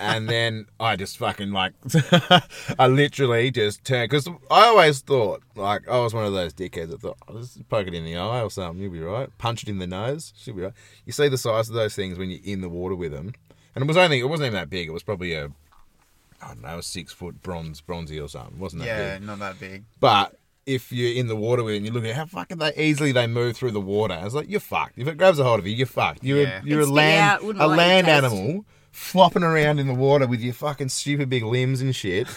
[SPEAKER 2] and then I just fucking like, [LAUGHS] I literally just turned because I always thought like I was one of those dickheads that thought oh, just poke it in the eye or something, you'll be right, punch it in the nose, she'll be right. You see the size of those things when you're in the water with them. And it was only it wasn't even that big. It was probably a I don't know, a six foot bronze, bronzy or something, wasn't it?
[SPEAKER 1] Yeah, not that big.
[SPEAKER 2] But if you're in the water with it and you look at how fucking they easily they move through the water, it's like you're fucked. If it grabs a hold of you, you're fucked. You're
[SPEAKER 1] Yeah.
[SPEAKER 2] a, you're a
[SPEAKER 10] It'd spit
[SPEAKER 2] land
[SPEAKER 10] out, wouldn't
[SPEAKER 2] a
[SPEAKER 10] like
[SPEAKER 2] land
[SPEAKER 10] taste.
[SPEAKER 2] animal flopping around in the water with your fucking stupid big limbs and
[SPEAKER 10] [LAUGHS]
[SPEAKER 2] shit.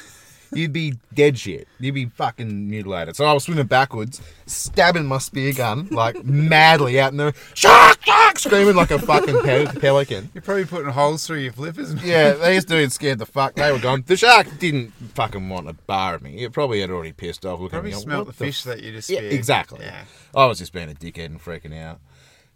[SPEAKER 2] You'd be dead shit. You'd be fucking mutilated. So I was swimming backwards, stabbing my spear gun like madly out in the shark, shark, screaming like a fucking pe- pelican.
[SPEAKER 1] You're probably putting holes through your flippers.
[SPEAKER 2] Yeah, these dudes scared the fuck. They were gone. The shark didn't fucking want a bar of me. It probably had already pissed off. Looking
[SPEAKER 1] Probably
[SPEAKER 2] at me,
[SPEAKER 1] smelt the
[SPEAKER 2] "What
[SPEAKER 1] fish that you just
[SPEAKER 2] Yeah,
[SPEAKER 1] speared.
[SPEAKER 2] exactly.
[SPEAKER 1] Yeah.
[SPEAKER 2] I was just being a dickhead and freaking out.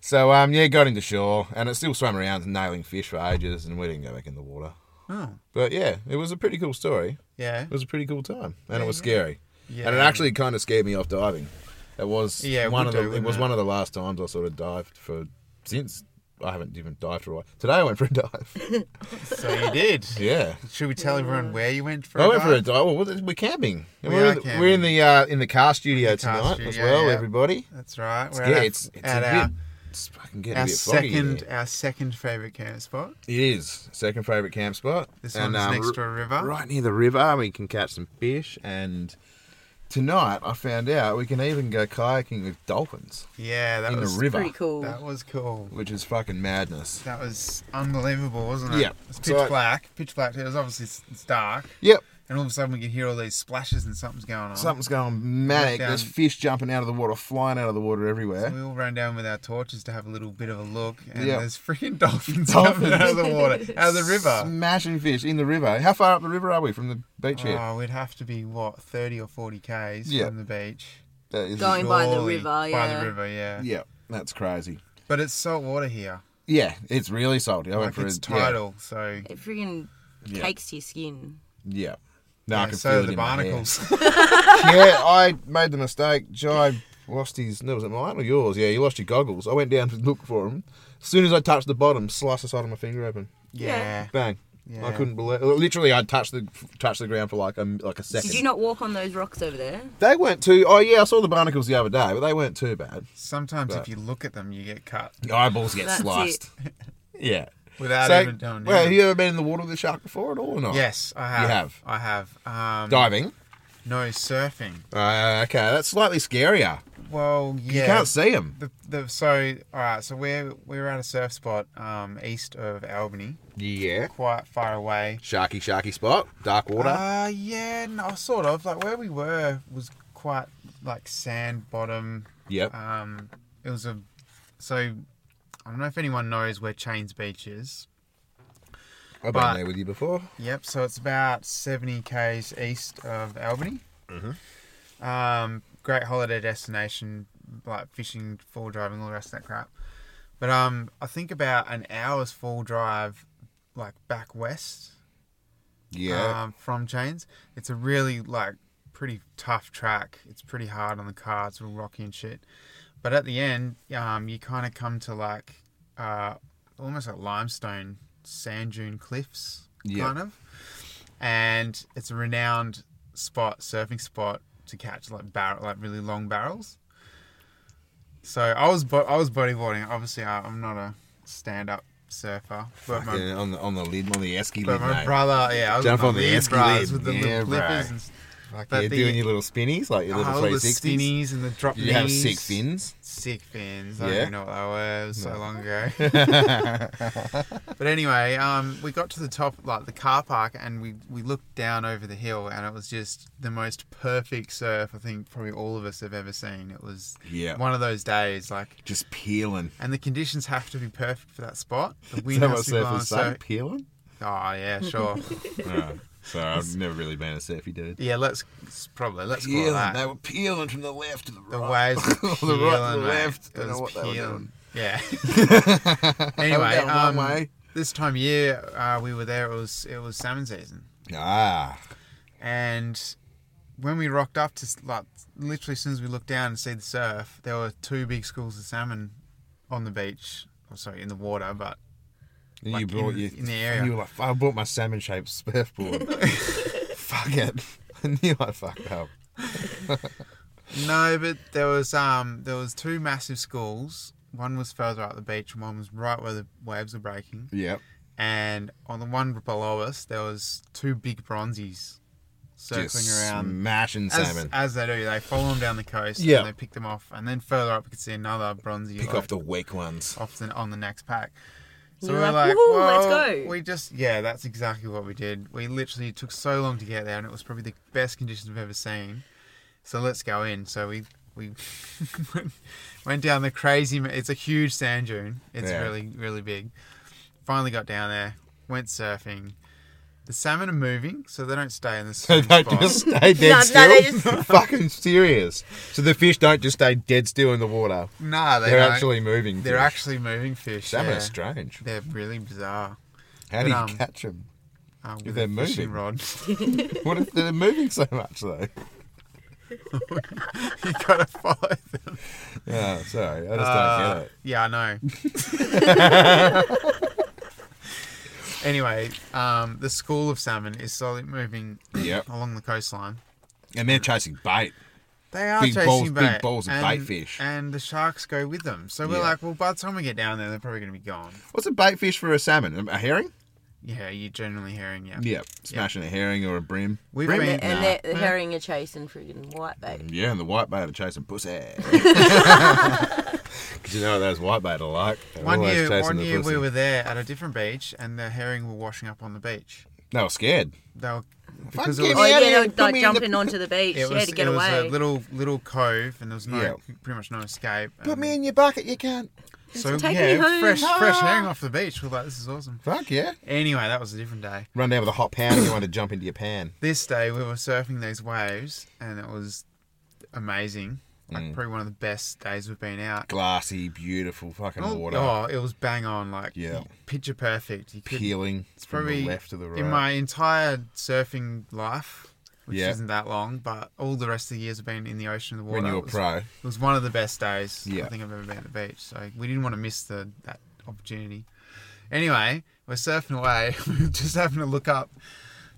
[SPEAKER 2] So um, yeah, got into shore and it still swam around nailing fish for ages, and we didn't go back in the water.
[SPEAKER 1] Oh.
[SPEAKER 2] But yeah, it was a pretty cool story.
[SPEAKER 1] Yeah.
[SPEAKER 2] It was a pretty cool time, and it was scary,
[SPEAKER 1] Yeah.
[SPEAKER 2] and it actually kind of scared me off diving. It was
[SPEAKER 1] Yeah, it
[SPEAKER 2] one
[SPEAKER 1] would
[SPEAKER 2] of
[SPEAKER 1] do,
[SPEAKER 2] the it
[SPEAKER 1] wouldn't
[SPEAKER 2] was
[SPEAKER 1] it?
[SPEAKER 2] one of the last times I sort of dived for since I haven't even dived for a while. Today I went for
[SPEAKER 1] [LAUGHS]
[SPEAKER 2] a dive.
[SPEAKER 1] So you did.
[SPEAKER 2] yeah.
[SPEAKER 1] Should we tell everyone where you went for?
[SPEAKER 2] I
[SPEAKER 1] a
[SPEAKER 2] went for a
[SPEAKER 1] dive?
[SPEAKER 2] dive. Well, we're camping. And
[SPEAKER 1] We
[SPEAKER 2] we're,
[SPEAKER 1] are
[SPEAKER 2] in the,
[SPEAKER 1] camping.
[SPEAKER 2] we're in the uh, in the car studio
[SPEAKER 1] car
[SPEAKER 2] tonight as
[SPEAKER 1] studio,
[SPEAKER 2] well,
[SPEAKER 1] yeah.
[SPEAKER 2] everybody.
[SPEAKER 1] That's right. We're
[SPEAKER 2] yeah,
[SPEAKER 1] at our,
[SPEAKER 2] it's it's
[SPEAKER 1] at
[SPEAKER 2] a
[SPEAKER 1] our,
[SPEAKER 2] bit, it's fucking getting a
[SPEAKER 1] our
[SPEAKER 2] bit foggy in
[SPEAKER 1] second,
[SPEAKER 2] here.
[SPEAKER 1] our second favorite camp spot.
[SPEAKER 2] It is second favorite camp spot.
[SPEAKER 1] This
[SPEAKER 2] And,
[SPEAKER 1] one's
[SPEAKER 2] um,
[SPEAKER 1] next
[SPEAKER 2] r-
[SPEAKER 1] to a river.
[SPEAKER 2] right near the river. We can catch some fish, and tonight I found out we can even go kayaking with dolphins
[SPEAKER 1] Yeah, that
[SPEAKER 2] in the
[SPEAKER 1] was
[SPEAKER 2] river,
[SPEAKER 10] Pretty cool.
[SPEAKER 1] that was cool.
[SPEAKER 2] which is fucking madness.
[SPEAKER 1] That was unbelievable, wasn't it?
[SPEAKER 2] Yeah.
[SPEAKER 1] It's pitch
[SPEAKER 2] So I-
[SPEAKER 1] black. Pitch black. It was obviously s- it's dark,
[SPEAKER 2] Yep,
[SPEAKER 1] and all of a sudden we could hear all these splashes and something's going on.
[SPEAKER 2] something's going manic.
[SPEAKER 1] down.
[SPEAKER 2] There's fish jumping out of the water, flying out of the water everywhere.
[SPEAKER 1] We all ran down with our torches to have a little bit of a look, and
[SPEAKER 2] Eh? Yeah.
[SPEAKER 1] there's freaking
[SPEAKER 2] [LAUGHS]
[SPEAKER 1] dolphins jumping out of the
[SPEAKER 10] [LAUGHS]
[SPEAKER 1] water, out of the river.
[SPEAKER 2] Smashing fish in the river. How far up the river are we from the beach here?
[SPEAKER 1] Oh, we'd have to be what thirty or forty k's
[SPEAKER 2] Yeah.
[SPEAKER 1] from the beach.
[SPEAKER 2] That is-
[SPEAKER 10] Going by the
[SPEAKER 1] Surely
[SPEAKER 10] river,
[SPEAKER 1] By
[SPEAKER 10] yeah.
[SPEAKER 1] the river, yeah.
[SPEAKER 2] yeah, that's crazy.
[SPEAKER 1] But it's salt water here.
[SPEAKER 2] Yeah, it's really salty. I went
[SPEAKER 1] Like
[SPEAKER 2] for
[SPEAKER 1] it's
[SPEAKER 2] a
[SPEAKER 1] tidal, so
[SPEAKER 10] It freaking
[SPEAKER 2] Yeah.
[SPEAKER 10] cakes to your skin.
[SPEAKER 2] Yeah, yeah. No, I
[SPEAKER 1] yeah,
[SPEAKER 2] can
[SPEAKER 1] so
[SPEAKER 2] feel
[SPEAKER 1] are
[SPEAKER 2] it
[SPEAKER 1] the
[SPEAKER 2] in my hair.
[SPEAKER 10] [LAUGHS]
[SPEAKER 1] barnacles.
[SPEAKER 2] [LAUGHS] yeah, I made the mistake. Jai lost his. No, was it mine or yours? Yeah, you lost your goggles. I went down to look for them. As soon as I touched the bottom, sliced the side of my finger open.
[SPEAKER 1] yeah.
[SPEAKER 2] Bang. I
[SPEAKER 1] Yeah.
[SPEAKER 2] couldn't believe. Literally, I touched the touched the ground for like a like a second.
[SPEAKER 10] Did you not walk on those rocks over there?
[SPEAKER 2] They weren't too. Oh yeah, I saw the barnacles the other day, but they weren't too bad.
[SPEAKER 1] Sometimes
[SPEAKER 2] But-
[SPEAKER 1] if you look at them, you get cut
[SPEAKER 2] The eyeballs get
[SPEAKER 10] That's it.
[SPEAKER 2] sliced. [LAUGHS] Yeah.
[SPEAKER 1] without
[SPEAKER 2] So,
[SPEAKER 1] even doing
[SPEAKER 2] well, have
[SPEAKER 1] anything.
[SPEAKER 2] you ever been in the water with a shark before at all or not?
[SPEAKER 1] Yes, I have.
[SPEAKER 2] have.
[SPEAKER 1] I have. Um,
[SPEAKER 2] Diving.
[SPEAKER 1] No surfing.
[SPEAKER 2] Uh, okay, that's slightly scarier.
[SPEAKER 1] Well, yeah.
[SPEAKER 2] You can't see them.
[SPEAKER 1] The, the, so, all right. So we're we were at a surf spot um, east of Albany,
[SPEAKER 2] Yeah.
[SPEAKER 1] quite far away.
[SPEAKER 2] Sharky, sharky spot. Dark water.
[SPEAKER 1] Uh, yeah, no, sort of. Like where we were was quite like sand bottom.
[SPEAKER 2] yep.
[SPEAKER 1] Um, it was a so I don't know if anyone knows where Chains Beach is.
[SPEAKER 2] I've been
[SPEAKER 1] but-
[SPEAKER 2] there with you before.
[SPEAKER 1] Yep. So it's about seventy k's east of Albany. Mm-hmm. Um, great holiday destination, like fishing, four driving, all the rest of that crap. But um, I think about an hour's full drive, like back west.
[SPEAKER 2] Yeah.
[SPEAKER 1] um, from Chains. It's a really like pretty tough track. It's pretty hard on the car. It's all rocky and shit. But at the end, um, you kind of come to like uh, almost like limestone sand dune cliffs,
[SPEAKER 2] Yeah.
[SPEAKER 1] kind of. And it's a renowned spot, surfing spot to catch like barrel, like really long barrels. So I was bo- I was bodyboarding. Obviously, I, I'm not a stand-up surfer, but my
[SPEAKER 2] Yeah, on the on the lid, on the esky
[SPEAKER 1] but
[SPEAKER 2] lid,
[SPEAKER 1] my
[SPEAKER 2] mate.
[SPEAKER 1] brother, yeah, I was
[SPEAKER 2] Jump
[SPEAKER 1] with
[SPEAKER 2] on
[SPEAKER 1] my
[SPEAKER 2] the
[SPEAKER 1] lead
[SPEAKER 2] esky
[SPEAKER 1] bras
[SPEAKER 2] lead.
[SPEAKER 1] with the
[SPEAKER 2] Yeah,
[SPEAKER 1] little
[SPEAKER 2] right.
[SPEAKER 1] clippers and s- like
[SPEAKER 2] yeah,
[SPEAKER 1] the,
[SPEAKER 2] doing your little spinnies, like your little
[SPEAKER 1] oh, the
[SPEAKER 2] 360s.
[SPEAKER 1] skinnies and the drop
[SPEAKER 2] You have
[SPEAKER 1] knees.
[SPEAKER 2] sick fins.
[SPEAKER 1] Sick fins. I
[SPEAKER 2] Yeah.
[SPEAKER 1] don't even know what they were. It was so long ago.
[SPEAKER 2] [LAUGHS]
[SPEAKER 1] [LAUGHS] but anyway, um, we got to the top, like the car park, and we, we looked down over the hill, and it was just the most perfect surf I think probably all of us have ever seen. It was
[SPEAKER 2] Yeah.
[SPEAKER 1] one of those days, like,
[SPEAKER 2] Just peeling.
[SPEAKER 1] and the conditions have to be perfect for that spot. The
[SPEAKER 2] [LAUGHS] Is
[SPEAKER 1] wind
[SPEAKER 2] that
[SPEAKER 1] has
[SPEAKER 2] what
[SPEAKER 1] to be blowing
[SPEAKER 2] surfers say?
[SPEAKER 1] so. [LAUGHS]
[SPEAKER 2] Peeling?
[SPEAKER 1] Oh yeah, sure.
[SPEAKER 2] Right. Sorry, I've never really been a surfy dude.
[SPEAKER 1] yeah, let's probably let's call it
[SPEAKER 2] Peeling.
[SPEAKER 1] that.
[SPEAKER 2] They were peeling from the left to the
[SPEAKER 1] The
[SPEAKER 2] right. [LAUGHS]
[SPEAKER 1] waves were
[SPEAKER 2] the
[SPEAKER 1] peeling,
[SPEAKER 2] right to the
[SPEAKER 1] mate.
[SPEAKER 2] left.
[SPEAKER 1] It
[SPEAKER 2] Don't know
[SPEAKER 1] was
[SPEAKER 2] what they were
[SPEAKER 1] peeling.
[SPEAKER 2] doing. [LAUGHS]
[SPEAKER 1] Yeah. [LAUGHS]
[SPEAKER 2] They were
[SPEAKER 1] anyway,
[SPEAKER 2] going one
[SPEAKER 1] um,
[SPEAKER 2] way.
[SPEAKER 1] this time of year uh, we were there. It was it was salmon season.
[SPEAKER 2] Ah,
[SPEAKER 1] and when we rocked up to like literally as soon as we looked down and see the surf, there were two big schools of salmon on the beach. Oh, sorry, in the water, but
[SPEAKER 2] And
[SPEAKER 1] Like
[SPEAKER 2] you brought
[SPEAKER 1] in-
[SPEAKER 2] your,
[SPEAKER 1] in the area.
[SPEAKER 2] You were like, I brought my salmon
[SPEAKER 1] [LAUGHS]
[SPEAKER 2] shaped surfboard. Fuck it. [LAUGHS] I knew I fucked up.
[SPEAKER 1] no, but there was um there was two massive schools. One was further up the beach, and one was right where the waves were breaking.
[SPEAKER 2] Yep.
[SPEAKER 1] And on the one below us, there was two big bronzies circling
[SPEAKER 2] Just
[SPEAKER 1] around
[SPEAKER 2] smashing
[SPEAKER 1] as,
[SPEAKER 2] Mm, salmon.
[SPEAKER 1] as they do, they follow them down the coast
[SPEAKER 2] Yeah.
[SPEAKER 1] and they pick them off, and then further up we could see another bronzy
[SPEAKER 2] Pick
[SPEAKER 1] like,
[SPEAKER 2] off the weak ones.
[SPEAKER 1] off the, on the next pack. So
[SPEAKER 10] You're
[SPEAKER 1] we were
[SPEAKER 10] like,
[SPEAKER 1] like,
[SPEAKER 10] "Woohoo,
[SPEAKER 1] well,
[SPEAKER 10] let's go."
[SPEAKER 1] We just yeah, that's exactly what we did. We literally it took so long to get there, and it was probably the best conditions we've ever seen. So let's go in. So we we [LAUGHS] went- went down the crazy. ma- It's a huge sand dune. It's
[SPEAKER 2] Yeah.
[SPEAKER 1] really really big. Finally got down there. Went surfing. The salmon are moving, so they don't stay in
[SPEAKER 2] [LAUGHS]
[SPEAKER 1] the
[SPEAKER 2] [LAUGHS]
[SPEAKER 1] same
[SPEAKER 2] They don't
[SPEAKER 1] spot.
[SPEAKER 2] just stay dead
[SPEAKER 10] No, no,
[SPEAKER 2] still.
[SPEAKER 10] they
[SPEAKER 2] [LAUGHS]
[SPEAKER 10] just-
[SPEAKER 2] Fucking serious. So the fish don't just stay dead still in the water.
[SPEAKER 1] [LAUGHS] Nah, they
[SPEAKER 2] They are
[SPEAKER 1] don't.
[SPEAKER 2] actually moving.
[SPEAKER 1] They're
[SPEAKER 2] fish.
[SPEAKER 1] actually moving fish.
[SPEAKER 2] salmon
[SPEAKER 1] yeah.
[SPEAKER 2] are strange.
[SPEAKER 1] They're really bizarre.
[SPEAKER 2] How do you
[SPEAKER 1] but, um,
[SPEAKER 2] catch them?
[SPEAKER 1] Uh, with
[SPEAKER 2] they're
[SPEAKER 1] a fishing
[SPEAKER 2] moving.
[SPEAKER 1] rod.
[SPEAKER 2] What if they're moving so much though?
[SPEAKER 1] [LAUGHS] you gotta
[SPEAKER 2] [LAUGHS]
[SPEAKER 1] follow them.
[SPEAKER 2] Yeah, sorry, I just don't get it.
[SPEAKER 1] Yeah, I know.
[SPEAKER 2] [LAUGHS]
[SPEAKER 1] anyway, um, the school of salmon is slowly moving [CLEARS THROAT]
[SPEAKER 2] Yep.
[SPEAKER 1] along the coastline.
[SPEAKER 2] And they're chasing bait.
[SPEAKER 1] They are
[SPEAKER 2] Big
[SPEAKER 1] chasing
[SPEAKER 2] balls- big
[SPEAKER 1] bait,
[SPEAKER 2] balls of
[SPEAKER 1] and,
[SPEAKER 2] bait fish.
[SPEAKER 1] and the sharks go with them. So we're
[SPEAKER 2] Yeah.
[SPEAKER 1] like, well, by the time we get down there, they're probably going to be gone.
[SPEAKER 2] What's a bait fish for a salmon? A herring?
[SPEAKER 1] Yeah, you're generally hearing yeah.
[SPEAKER 2] Yeah, smashing a herring or a brim.
[SPEAKER 1] We've
[SPEAKER 2] Brim?
[SPEAKER 1] been
[SPEAKER 10] And
[SPEAKER 1] nah.
[SPEAKER 10] they're, the herring are chasing friggin' whitebait.
[SPEAKER 2] Yeah, and the white bait are chasing [LAUGHS] pussy. Because you know what those white bait are like. They're
[SPEAKER 1] one
[SPEAKER 2] always
[SPEAKER 1] year,
[SPEAKER 2] chasing
[SPEAKER 1] one
[SPEAKER 2] the
[SPEAKER 1] year we
[SPEAKER 2] pussy.
[SPEAKER 1] were there at a different beach, and the herring were washing up on the beach.
[SPEAKER 2] They were scared.
[SPEAKER 1] They were
[SPEAKER 2] Because
[SPEAKER 10] Oh, yeah, they were like jumping onto the beach.
[SPEAKER 1] it
[SPEAKER 10] Yeah,
[SPEAKER 1] was
[SPEAKER 10] to get
[SPEAKER 1] it was
[SPEAKER 10] away.
[SPEAKER 1] a little little cove, and there was no
[SPEAKER 2] Yeah.
[SPEAKER 1] pretty much no escape.
[SPEAKER 2] Put
[SPEAKER 1] and-
[SPEAKER 2] me in your bucket, you can't.
[SPEAKER 1] so
[SPEAKER 10] Take
[SPEAKER 1] yeah,
[SPEAKER 10] me home.
[SPEAKER 1] fresh
[SPEAKER 2] Ah.
[SPEAKER 1] fresh herring off the beach. We're like, this is awesome.
[SPEAKER 2] Fuck yeah.
[SPEAKER 1] Anyway, that was a different day.
[SPEAKER 2] Run down with a hot pan and you want to jump into your pan.
[SPEAKER 1] This day we were surfing these waves, and it was amazing. Like
[SPEAKER 2] Mm.
[SPEAKER 1] probably one of the best days we've been out.
[SPEAKER 2] Glassy, beautiful fucking
[SPEAKER 1] Oh,
[SPEAKER 2] water.
[SPEAKER 1] Oh, it was bang on, like
[SPEAKER 2] Yeah.
[SPEAKER 1] picture perfect. You could,
[SPEAKER 2] Peeling
[SPEAKER 1] it's
[SPEAKER 2] from
[SPEAKER 1] probably
[SPEAKER 2] the left to the right.
[SPEAKER 1] in my entire surfing life, which
[SPEAKER 2] Yeah.
[SPEAKER 1] isn't that long, but all the rest of the years have been in the ocean, the water.
[SPEAKER 2] when you were
[SPEAKER 1] it was
[SPEAKER 2] pro.
[SPEAKER 1] It was one of the best days
[SPEAKER 2] Yeah.
[SPEAKER 1] I think I've ever been at the beach. So we didn't want to miss the that opportunity. Anyway, we're surfing away. [LAUGHS] We just happened to look up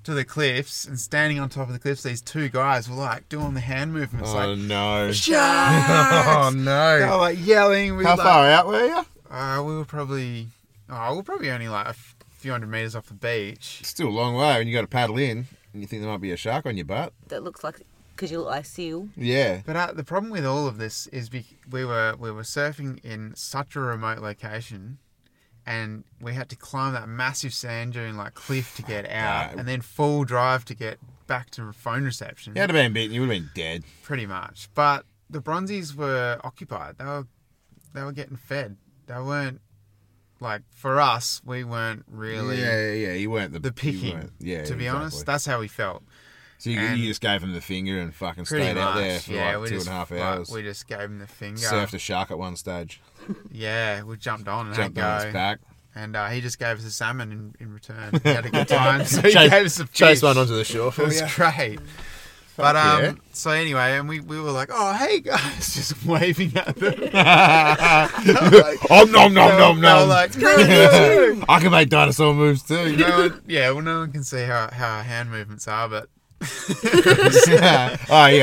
[SPEAKER 1] to the cliffs and standing on top of the cliffs, these two guys were like doing the hand movements,
[SPEAKER 2] Oh
[SPEAKER 1] like
[SPEAKER 2] [LAUGHS] no.
[SPEAKER 1] [LAUGHS] sharks.
[SPEAKER 2] Oh
[SPEAKER 1] They
[SPEAKER 2] no.
[SPEAKER 1] were like yelling. We
[SPEAKER 2] How
[SPEAKER 1] were,
[SPEAKER 2] far out were you?
[SPEAKER 1] Like, uh, we were probably, oh, we were probably only like a f- few hundred meters off the beach.
[SPEAKER 2] Still a long way and you got to paddle in and you think there might be a shark on your butt.
[SPEAKER 10] That looks like because you look like seal.
[SPEAKER 2] Yeah.
[SPEAKER 1] But uh, the problem with all of this is we, we were we were surfing in such a remote location, and we had to climb that massive sand dune like cliff to
[SPEAKER 2] [SIGHS]
[SPEAKER 1] get out,
[SPEAKER 2] Nah.
[SPEAKER 1] and then full drive to get back to phone reception.
[SPEAKER 2] You had been beaten, you would have been dead.
[SPEAKER 1] pretty much. But the Bronzies were occupied. They were they were getting fed. They weren't like for us. We weren't really
[SPEAKER 2] Yeah, yeah, yeah. You weren't the,
[SPEAKER 1] the
[SPEAKER 2] you
[SPEAKER 1] picking.
[SPEAKER 2] weren't- yeah,
[SPEAKER 1] to be honest,
[SPEAKER 2] exactly.
[SPEAKER 1] that's how we felt.
[SPEAKER 2] So you,
[SPEAKER 1] And-
[SPEAKER 2] you just gave him the finger and fucking
[SPEAKER 1] Pretty
[SPEAKER 2] stayed
[SPEAKER 1] much.
[SPEAKER 2] out there for
[SPEAKER 1] yeah,
[SPEAKER 2] like
[SPEAKER 1] we
[SPEAKER 2] two
[SPEAKER 1] just,
[SPEAKER 2] and a half
[SPEAKER 1] like,
[SPEAKER 2] hours.
[SPEAKER 1] we just gave him the finger.
[SPEAKER 2] Surfed a shark at one stage,
[SPEAKER 1] Yeah, we jumped on and
[SPEAKER 2] jumped on
[SPEAKER 1] had a
[SPEAKER 2] his
[SPEAKER 1] go.
[SPEAKER 2] back,
[SPEAKER 1] And uh, he just gave us a salmon in, in return. We had a
[SPEAKER 2] [LAUGHS]
[SPEAKER 1] good time. [LAUGHS] So he gave us a fish.
[SPEAKER 2] chased one onto the shore
[SPEAKER 1] It [LAUGHS]
[SPEAKER 2] for
[SPEAKER 1] was
[SPEAKER 2] you.
[SPEAKER 1] great. But um,
[SPEAKER 2] yeah.
[SPEAKER 1] so anyway, and we, we were like, oh hey guys, [LAUGHS] just waving at them.
[SPEAKER 2] Oh [LAUGHS] nom nom nom
[SPEAKER 1] They were
[SPEAKER 2] nom! [LAUGHS]
[SPEAKER 1] like,
[SPEAKER 2] I can make dinosaur moves
[SPEAKER 1] [LAUGHS]
[SPEAKER 2] too.
[SPEAKER 1] no one, yeah, well, no one can see how, how our hand movements are, but
[SPEAKER 2] oh yeah,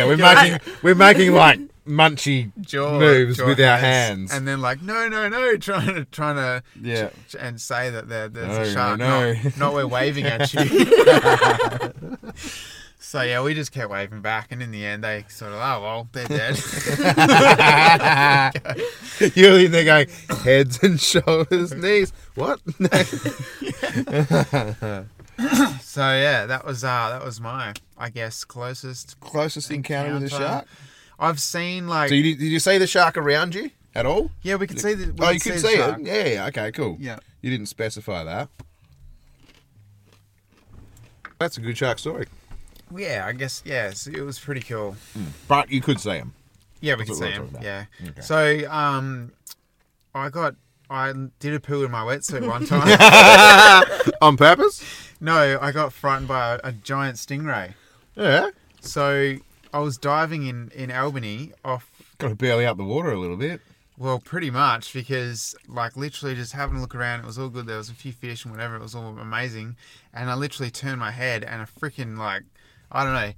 [SPEAKER 1] [LAUGHS]
[SPEAKER 2] we're making we're making like munchy
[SPEAKER 1] jaw
[SPEAKER 2] moves
[SPEAKER 1] jaw
[SPEAKER 2] with our hands.
[SPEAKER 1] and then like no, no, no, [LAUGHS] trying to trying to
[SPEAKER 2] yeah, [LAUGHS]
[SPEAKER 1] ch- and say that there, there's
[SPEAKER 2] No,
[SPEAKER 1] a shark.
[SPEAKER 2] no, no.
[SPEAKER 1] Not, not we're waving at you. [LAUGHS] so yeah, we just kept waving back, and in the end, they sort of oh well, they're
[SPEAKER 2] [LAUGHS]
[SPEAKER 1] dead.
[SPEAKER 2] you're in there going heads and shoulders, knees.
[SPEAKER 1] [LAUGHS]
[SPEAKER 2] What? [LAUGHS]
[SPEAKER 1] so yeah, that was uh that was my I guess closest.
[SPEAKER 2] Closest encounter with a
[SPEAKER 1] Encounter.
[SPEAKER 2] shark.
[SPEAKER 1] I've seen like
[SPEAKER 2] So you, did you see the shark around you at all?
[SPEAKER 1] yeah, we could see the we
[SPEAKER 2] oh, you could
[SPEAKER 1] the
[SPEAKER 2] see it.
[SPEAKER 1] shark.
[SPEAKER 2] Yeah, yeah. Okay. Cool.
[SPEAKER 1] Yeah.
[SPEAKER 2] You didn't specify that. That's a good shark story.
[SPEAKER 1] Yeah, I guess yes, it was pretty cool.
[SPEAKER 2] But you could
[SPEAKER 6] [COUGHS]
[SPEAKER 2] see him.
[SPEAKER 1] Yeah, we can
[SPEAKER 2] That's
[SPEAKER 1] see
[SPEAKER 2] what we're
[SPEAKER 1] him.
[SPEAKER 2] talking
[SPEAKER 1] Yeah. So, um,
[SPEAKER 2] [LAUGHS]
[SPEAKER 1] I got I did a poo in my wetsuit one time.
[SPEAKER 2] On purpose?
[SPEAKER 8] No, I got frightened by a, a giant stingray.
[SPEAKER 6] Yeah.
[SPEAKER 8] So I was diving in, in Albany off,
[SPEAKER 6] Got to barely out the water a little bit.
[SPEAKER 8] well, pretty much because, like, literally just having a look around, it was all good. There was a few fish and whatever, it was all amazing. And I literally turned my head and a freaking, like, I don't know,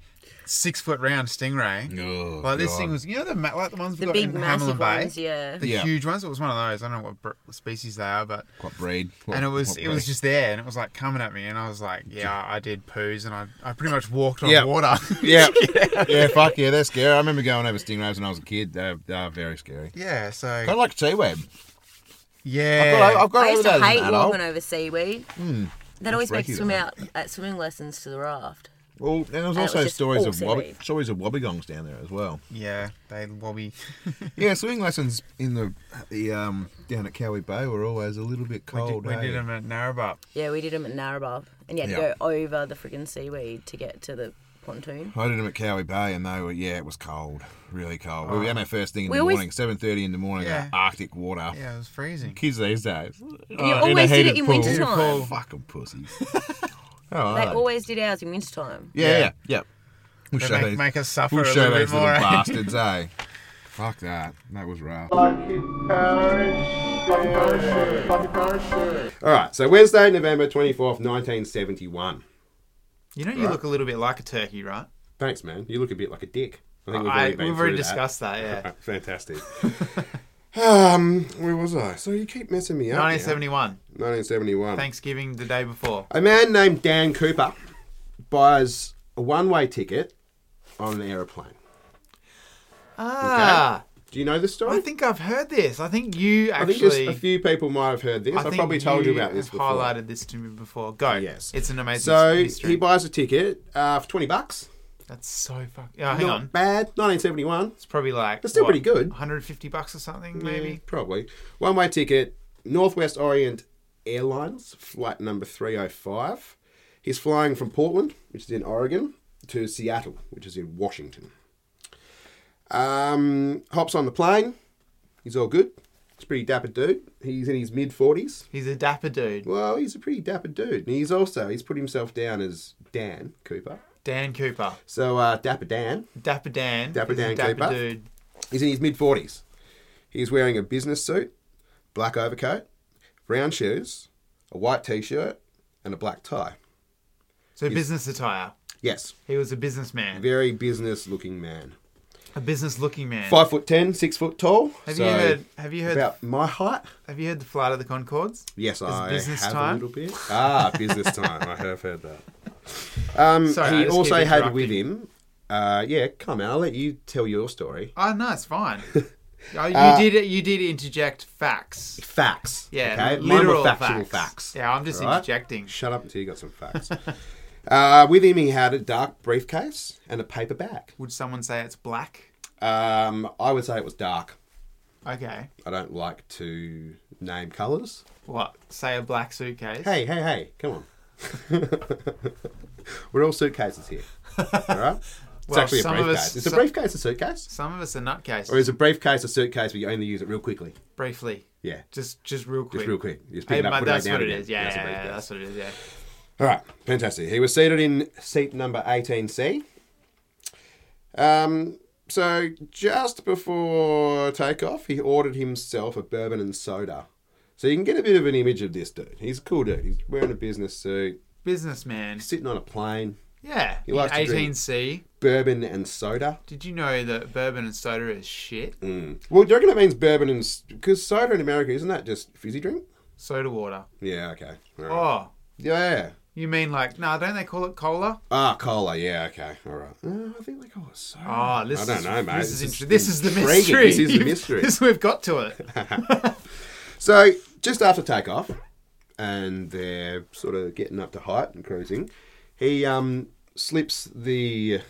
[SPEAKER 8] six foot round stingray.
[SPEAKER 6] Oh,
[SPEAKER 8] like, this
[SPEAKER 6] God.
[SPEAKER 8] thing was, you know, the ma- like the ones we
[SPEAKER 10] The
[SPEAKER 8] got
[SPEAKER 10] big
[SPEAKER 8] in
[SPEAKER 10] massive
[SPEAKER 8] Hamilton Bay?
[SPEAKER 10] ones, yeah.
[SPEAKER 8] The
[SPEAKER 6] Yeah.
[SPEAKER 8] huge ones. It was one of those. I don't know what br- species they are, but
[SPEAKER 6] What breed? What-
[SPEAKER 8] and it was
[SPEAKER 6] what
[SPEAKER 8] it was
[SPEAKER 6] breed?
[SPEAKER 8] just there, and it was like coming at me, and I was like, yeah, I did poos, and I, I pretty much walked on
[SPEAKER 6] Yeah.
[SPEAKER 8] water. [LAUGHS]
[SPEAKER 6] yeah, yeah, fuck yeah, they're scary. I remember going over stingrays when I was a kid. They're, they're very scary.
[SPEAKER 8] yeah, so
[SPEAKER 6] Kind of like a seaweed. I've
[SPEAKER 8] yeah,
[SPEAKER 6] got, I've got
[SPEAKER 10] I
[SPEAKER 6] over
[SPEAKER 10] used to
[SPEAKER 6] that as
[SPEAKER 10] hate
[SPEAKER 6] an adult.
[SPEAKER 10] walking over seaweed.
[SPEAKER 1] Hmm.
[SPEAKER 10] That always makes you swim
[SPEAKER 6] regular.
[SPEAKER 10] out at swimming lessons to the raft.
[SPEAKER 6] Well, and there's
[SPEAKER 10] it was
[SPEAKER 6] also
[SPEAKER 10] just
[SPEAKER 6] stories
[SPEAKER 10] all
[SPEAKER 6] of wobby,
[SPEAKER 10] seaweed.
[SPEAKER 6] stories of wobbegongs down there as well.
[SPEAKER 8] yeah, they wobby.
[SPEAKER 6] Yeah, swimming lessons in the the um down at Cowie Bay were always a little bit
[SPEAKER 8] We
[SPEAKER 6] cold.
[SPEAKER 8] did, we
[SPEAKER 6] eh?
[SPEAKER 8] did them at Narrabub.
[SPEAKER 10] Yeah, we did them at Narrabub, and you had
[SPEAKER 6] Yeah.
[SPEAKER 10] to go over the friggin' seaweed to get to the pontoon.
[SPEAKER 6] I did them at Cowie Bay, and they were yeah, it was cold, really cold. We were down there first thing in
[SPEAKER 10] We
[SPEAKER 6] the
[SPEAKER 10] always-
[SPEAKER 6] morning, seven thirty in the morning,
[SPEAKER 8] Oh. Yeah.
[SPEAKER 6] Arctic water.
[SPEAKER 8] Yeah, it was freezing.
[SPEAKER 6] Kids these days, uh, you
[SPEAKER 10] always did it in wintertime. Pool.
[SPEAKER 6] Fucking pussies. oh,
[SPEAKER 10] [LAUGHS] They always did ours in wintertime.
[SPEAKER 6] yeah, yeah, yeah. We'll
[SPEAKER 8] They
[SPEAKER 6] show
[SPEAKER 8] make,
[SPEAKER 6] these,
[SPEAKER 8] make us suffer
[SPEAKER 6] we'll
[SPEAKER 8] a
[SPEAKER 6] show
[SPEAKER 8] little
[SPEAKER 6] these
[SPEAKER 8] bit
[SPEAKER 6] little
[SPEAKER 8] more. eh?
[SPEAKER 1] [LAUGHS]
[SPEAKER 6] bastards, eh? Fuck that. That was rough.
[SPEAKER 2] All right, so Wednesday, November 24th, 1971.
[SPEAKER 1] You know, you look a little bit like a turkey, right?
[SPEAKER 2] Thanks, man. You look a bit like a dick. I think
[SPEAKER 1] I- we've
[SPEAKER 2] been
[SPEAKER 1] already
[SPEAKER 2] through
[SPEAKER 1] discussed that,
[SPEAKER 2] [LAUGHS]
[SPEAKER 1] yeah.
[SPEAKER 2] Alright, fantastic. um, where was I? So you keep messing me up. now.
[SPEAKER 1] 1971,
[SPEAKER 2] 1971.
[SPEAKER 1] Thanksgiving the day before.
[SPEAKER 2] A man named Dan Cooper buys a one-way ticket on an aeroplane.
[SPEAKER 1] Ah,
[SPEAKER 2] Do you know this story?
[SPEAKER 1] I think I've heard this. I think you
[SPEAKER 2] I think
[SPEAKER 1] actually.
[SPEAKER 2] there's a few people might have heard this. I have
[SPEAKER 1] think
[SPEAKER 2] probably told you
[SPEAKER 1] you
[SPEAKER 2] about this
[SPEAKER 1] have
[SPEAKER 2] before.
[SPEAKER 1] Highlighted this to me before. Go.
[SPEAKER 2] Yes.
[SPEAKER 1] It's an amazing.
[SPEAKER 2] So
[SPEAKER 1] history.
[SPEAKER 2] he buys a ticket uh, for 20 bucks.
[SPEAKER 1] That's so fuck. Oh, hang
[SPEAKER 2] Not
[SPEAKER 1] on.
[SPEAKER 2] bad. 1971.
[SPEAKER 1] It's probably like.
[SPEAKER 2] That's still
[SPEAKER 1] what,
[SPEAKER 2] pretty good.
[SPEAKER 1] 150 bucks or something,
[SPEAKER 2] Yeah,
[SPEAKER 1] maybe.
[SPEAKER 2] probably. One way ticket, Northwest Orient Airlines, flight number 305. He's flying from Portland, which is in Oregon, to Seattle, which is in Washington. Um, hops on the plane. He's all good. He's a pretty dapper dude. He's in his mid 40s.
[SPEAKER 1] He's a dapper dude.
[SPEAKER 2] Well, he's a pretty dapper dude. And he's also, he's put himself down as Dan Cooper.
[SPEAKER 1] Dan Cooper.
[SPEAKER 2] So, uh, Dapper Dan.
[SPEAKER 1] Dapper Dan.
[SPEAKER 2] Dapper
[SPEAKER 1] is a
[SPEAKER 2] Dan
[SPEAKER 1] dapper
[SPEAKER 2] Cooper.
[SPEAKER 1] dude.
[SPEAKER 2] He's in his mid 40s. He's wearing a business suit, black overcoat, brown shoes, a white t shirt, and a black tie.
[SPEAKER 1] So business attire.
[SPEAKER 2] Yes,
[SPEAKER 1] He was a businessman.
[SPEAKER 2] very business looking man.
[SPEAKER 1] A business looking man.
[SPEAKER 2] Five foot ten, six foot tall.
[SPEAKER 1] Have
[SPEAKER 2] so
[SPEAKER 1] you heard? Have you heard?
[SPEAKER 2] about my height?
[SPEAKER 1] Have you heard the flight of the Concords?
[SPEAKER 2] Yes, I
[SPEAKER 1] business
[SPEAKER 2] have a
[SPEAKER 1] time?
[SPEAKER 2] little bit.
[SPEAKER 1] [LAUGHS]
[SPEAKER 2] Ah, business time. I have heard that. Um,
[SPEAKER 1] Sorry, I
[SPEAKER 2] he
[SPEAKER 1] just keep
[SPEAKER 2] also had
[SPEAKER 1] interrupting.
[SPEAKER 2] with him. Uh, yeah, come on, I'll let you tell your story.
[SPEAKER 1] Oh no, it's fine.
[SPEAKER 2] [LAUGHS]
[SPEAKER 1] oh, you did. You did interject facts.
[SPEAKER 2] Facts.
[SPEAKER 1] Yeah,
[SPEAKER 2] Uh, okay? Mine were
[SPEAKER 1] literal
[SPEAKER 2] factual
[SPEAKER 1] facts.
[SPEAKER 2] facts.
[SPEAKER 1] Yeah, I'm just
[SPEAKER 2] All right?
[SPEAKER 1] interjecting.
[SPEAKER 2] Shut up until you got
[SPEAKER 1] [LAUGHS]
[SPEAKER 2] some facts. uh, with him, he had a dark briefcase and a paper bag.
[SPEAKER 1] Would someone say it's black?
[SPEAKER 2] Um, I would say it was dark.
[SPEAKER 1] Okay.
[SPEAKER 2] I don't like to name colours.
[SPEAKER 1] What? Say a black suitcase.
[SPEAKER 2] Hey, hey, hey, come on. [LAUGHS] We're all suitcases here. All right?
[SPEAKER 1] [LAUGHS]
[SPEAKER 2] It's
[SPEAKER 1] Well,
[SPEAKER 2] actually a
[SPEAKER 1] some of
[SPEAKER 2] briefcase.
[SPEAKER 1] us-
[SPEAKER 2] is a
[SPEAKER 1] some-
[SPEAKER 2] briefcase a suitcase?
[SPEAKER 1] Some of us are nutcases.
[SPEAKER 2] Or is a briefcase a suitcase but you only use it real quickly?
[SPEAKER 1] Briefly.
[SPEAKER 2] Yeah.
[SPEAKER 1] Just, just real quick.
[SPEAKER 2] Just real quick. You just pick
[SPEAKER 1] Hey,
[SPEAKER 2] it up,
[SPEAKER 1] mate,
[SPEAKER 2] put
[SPEAKER 1] that's
[SPEAKER 2] it
[SPEAKER 1] what
[SPEAKER 2] down
[SPEAKER 1] it
[SPEAKER 2] again.
[SPEAKER 1] is. Yeah,
[SPEAKER 2] That's a
[SPEAKER 1] yeah, yeah,
[SPEAKER 2] briefcase.
[SPEAKER 1] that's what it is. Yeah.
[SPEAKER 2] All right, fantastic. He was seated in seat number 18C. Um, so just before takeoff, he ordered himself a bourbon and soda. So you can get a bit of an image of this dude. He's a cool dude. He's wearing a business suit,
[SPEAKER 1] Businessman.
[SPEAKER 2] sitting on a plane,
[SPEAKER 1] Yeah.
[SPEAKER 2] He likes to drink.
[SPEAKER 1] 18C.
[SPEAKER 2] bourbon and soda.
[SPEAKER 1] Did you know that bourbon and soda is shit?
[SPEAKER 2] Mm. Well, do you reckon it means bourbon and... Because soda in America, isn't that just fizzy drink?
[SPEAKER 1] Soda water.
[SPEAKER 2] Yeah, okay. All right.
[SPEAKER 1] Oh,
[SPEAKER 2] Yeah.
[SPEAKER 1] you mean like? Nah, don't they call it cola?
[SPEAKER 2] Ah, cola. Yeah, okay. All right. Uh, I think they call it soda.
[SPEAKER 1] Oh, this
[SPEAKER 2] I don't
[SPEAKER 1] is,
[SPEAKER 2] know, mate.
[SPEAKER 1] This is,
[SPEAKER 2] This
[SPEAKER 1] intre-
[SPEAKER 2] is
[SPEAKER 1] this is the
[SPEAKER 2] intriguing.
[SPEAKER 1] mystery.
[SPEAKER 2] [LAUGHS] This is the
[SPEAKER 1] You've-
[SPEAKER 2] mystery.
[SPEAKER 1] [LAUGHS] This we've got to
[SPEAKER 2] [LAUGHS]
[SPEAKER 1] it.
[SPEAKER 2] So just after takeoff, and they're sort of getting up to height and cruising, he um, slips the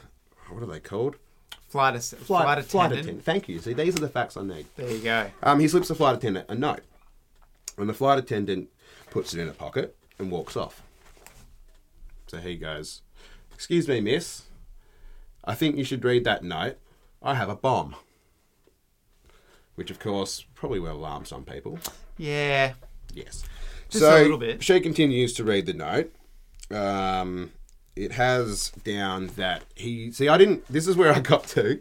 [SPEAKER 2] what are they called?
[SPEAKER 1] Flight, ass- flight, attendant.
[SPEAKER 2] Thank you. See, these are the facts I need.
[SPEAKER 1] There you go.
[SPEAKER 2] Um, he slips the flight attendant a note, and the flight attendant puts it in a pocket and walks off. So he goes, "Excuse me, miss. I think you should read that note. I have a bomb." Which, of course, probably will alarm some people.
[SPEAKER 1] Yeah.
[SPEAKER 2] Yes.
[SPEAKER 1] Just a little bit.
[SPEAKER 2] She continues to read the note, um, it has down that he. See, I didn't. This is where I got
[SPEAKER 1] [LAUGHS]
[SPEAKER 2] to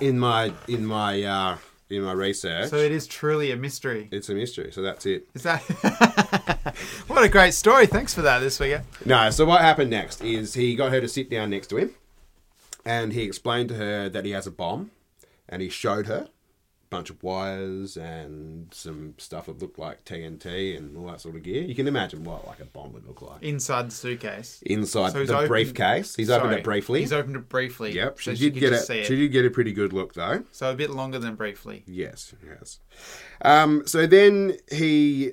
[SPEAKER 2] in my in my uh, in my research.
[SPEAKER 1] So it is truly a mystery.
[SPEAKER 2] it's a mystery, so that's it.
[SPEAKER 1] Is that? [LAUGHS] what a great story! Thanks for that this week.
[SPEAKER 2] No, so what happened next is he got her to sit down next to him and he explained to her that he has a bomb and he showed her a bunch of wires and some stuff that looked like TNT and all that sort of gear. You can imagine what like a bomb would look like.
[SPEAKER 1] Inside the suitcase.
[SPEAKER 2] Inside
[SPEAKER 1] So he's
[SPEAKER 2] the
[SPEAKER 1] opened-
[SPEAKER 2] briefcase. He's opened
[SPEAKER 1] Sorry.
[SPEAKER 2] it briefly.
[SPEAKER 1] He's opened it briefly.
[SPEAKER 2] yep.
[SPEAKER 1] so
[SPEAKER 2] She did
[SPEAKER 1] could
[SPEAKER 2] get
[SPEAKER 1] just
[SPEAKER 2] a
[SPEAKER 1] see
[SPEAKER 2] she did get a pretty good look though.
[SPEAKER 1] So a bit longer than briefly.
[SPEAKER 2] Yes, yes. Um, so then he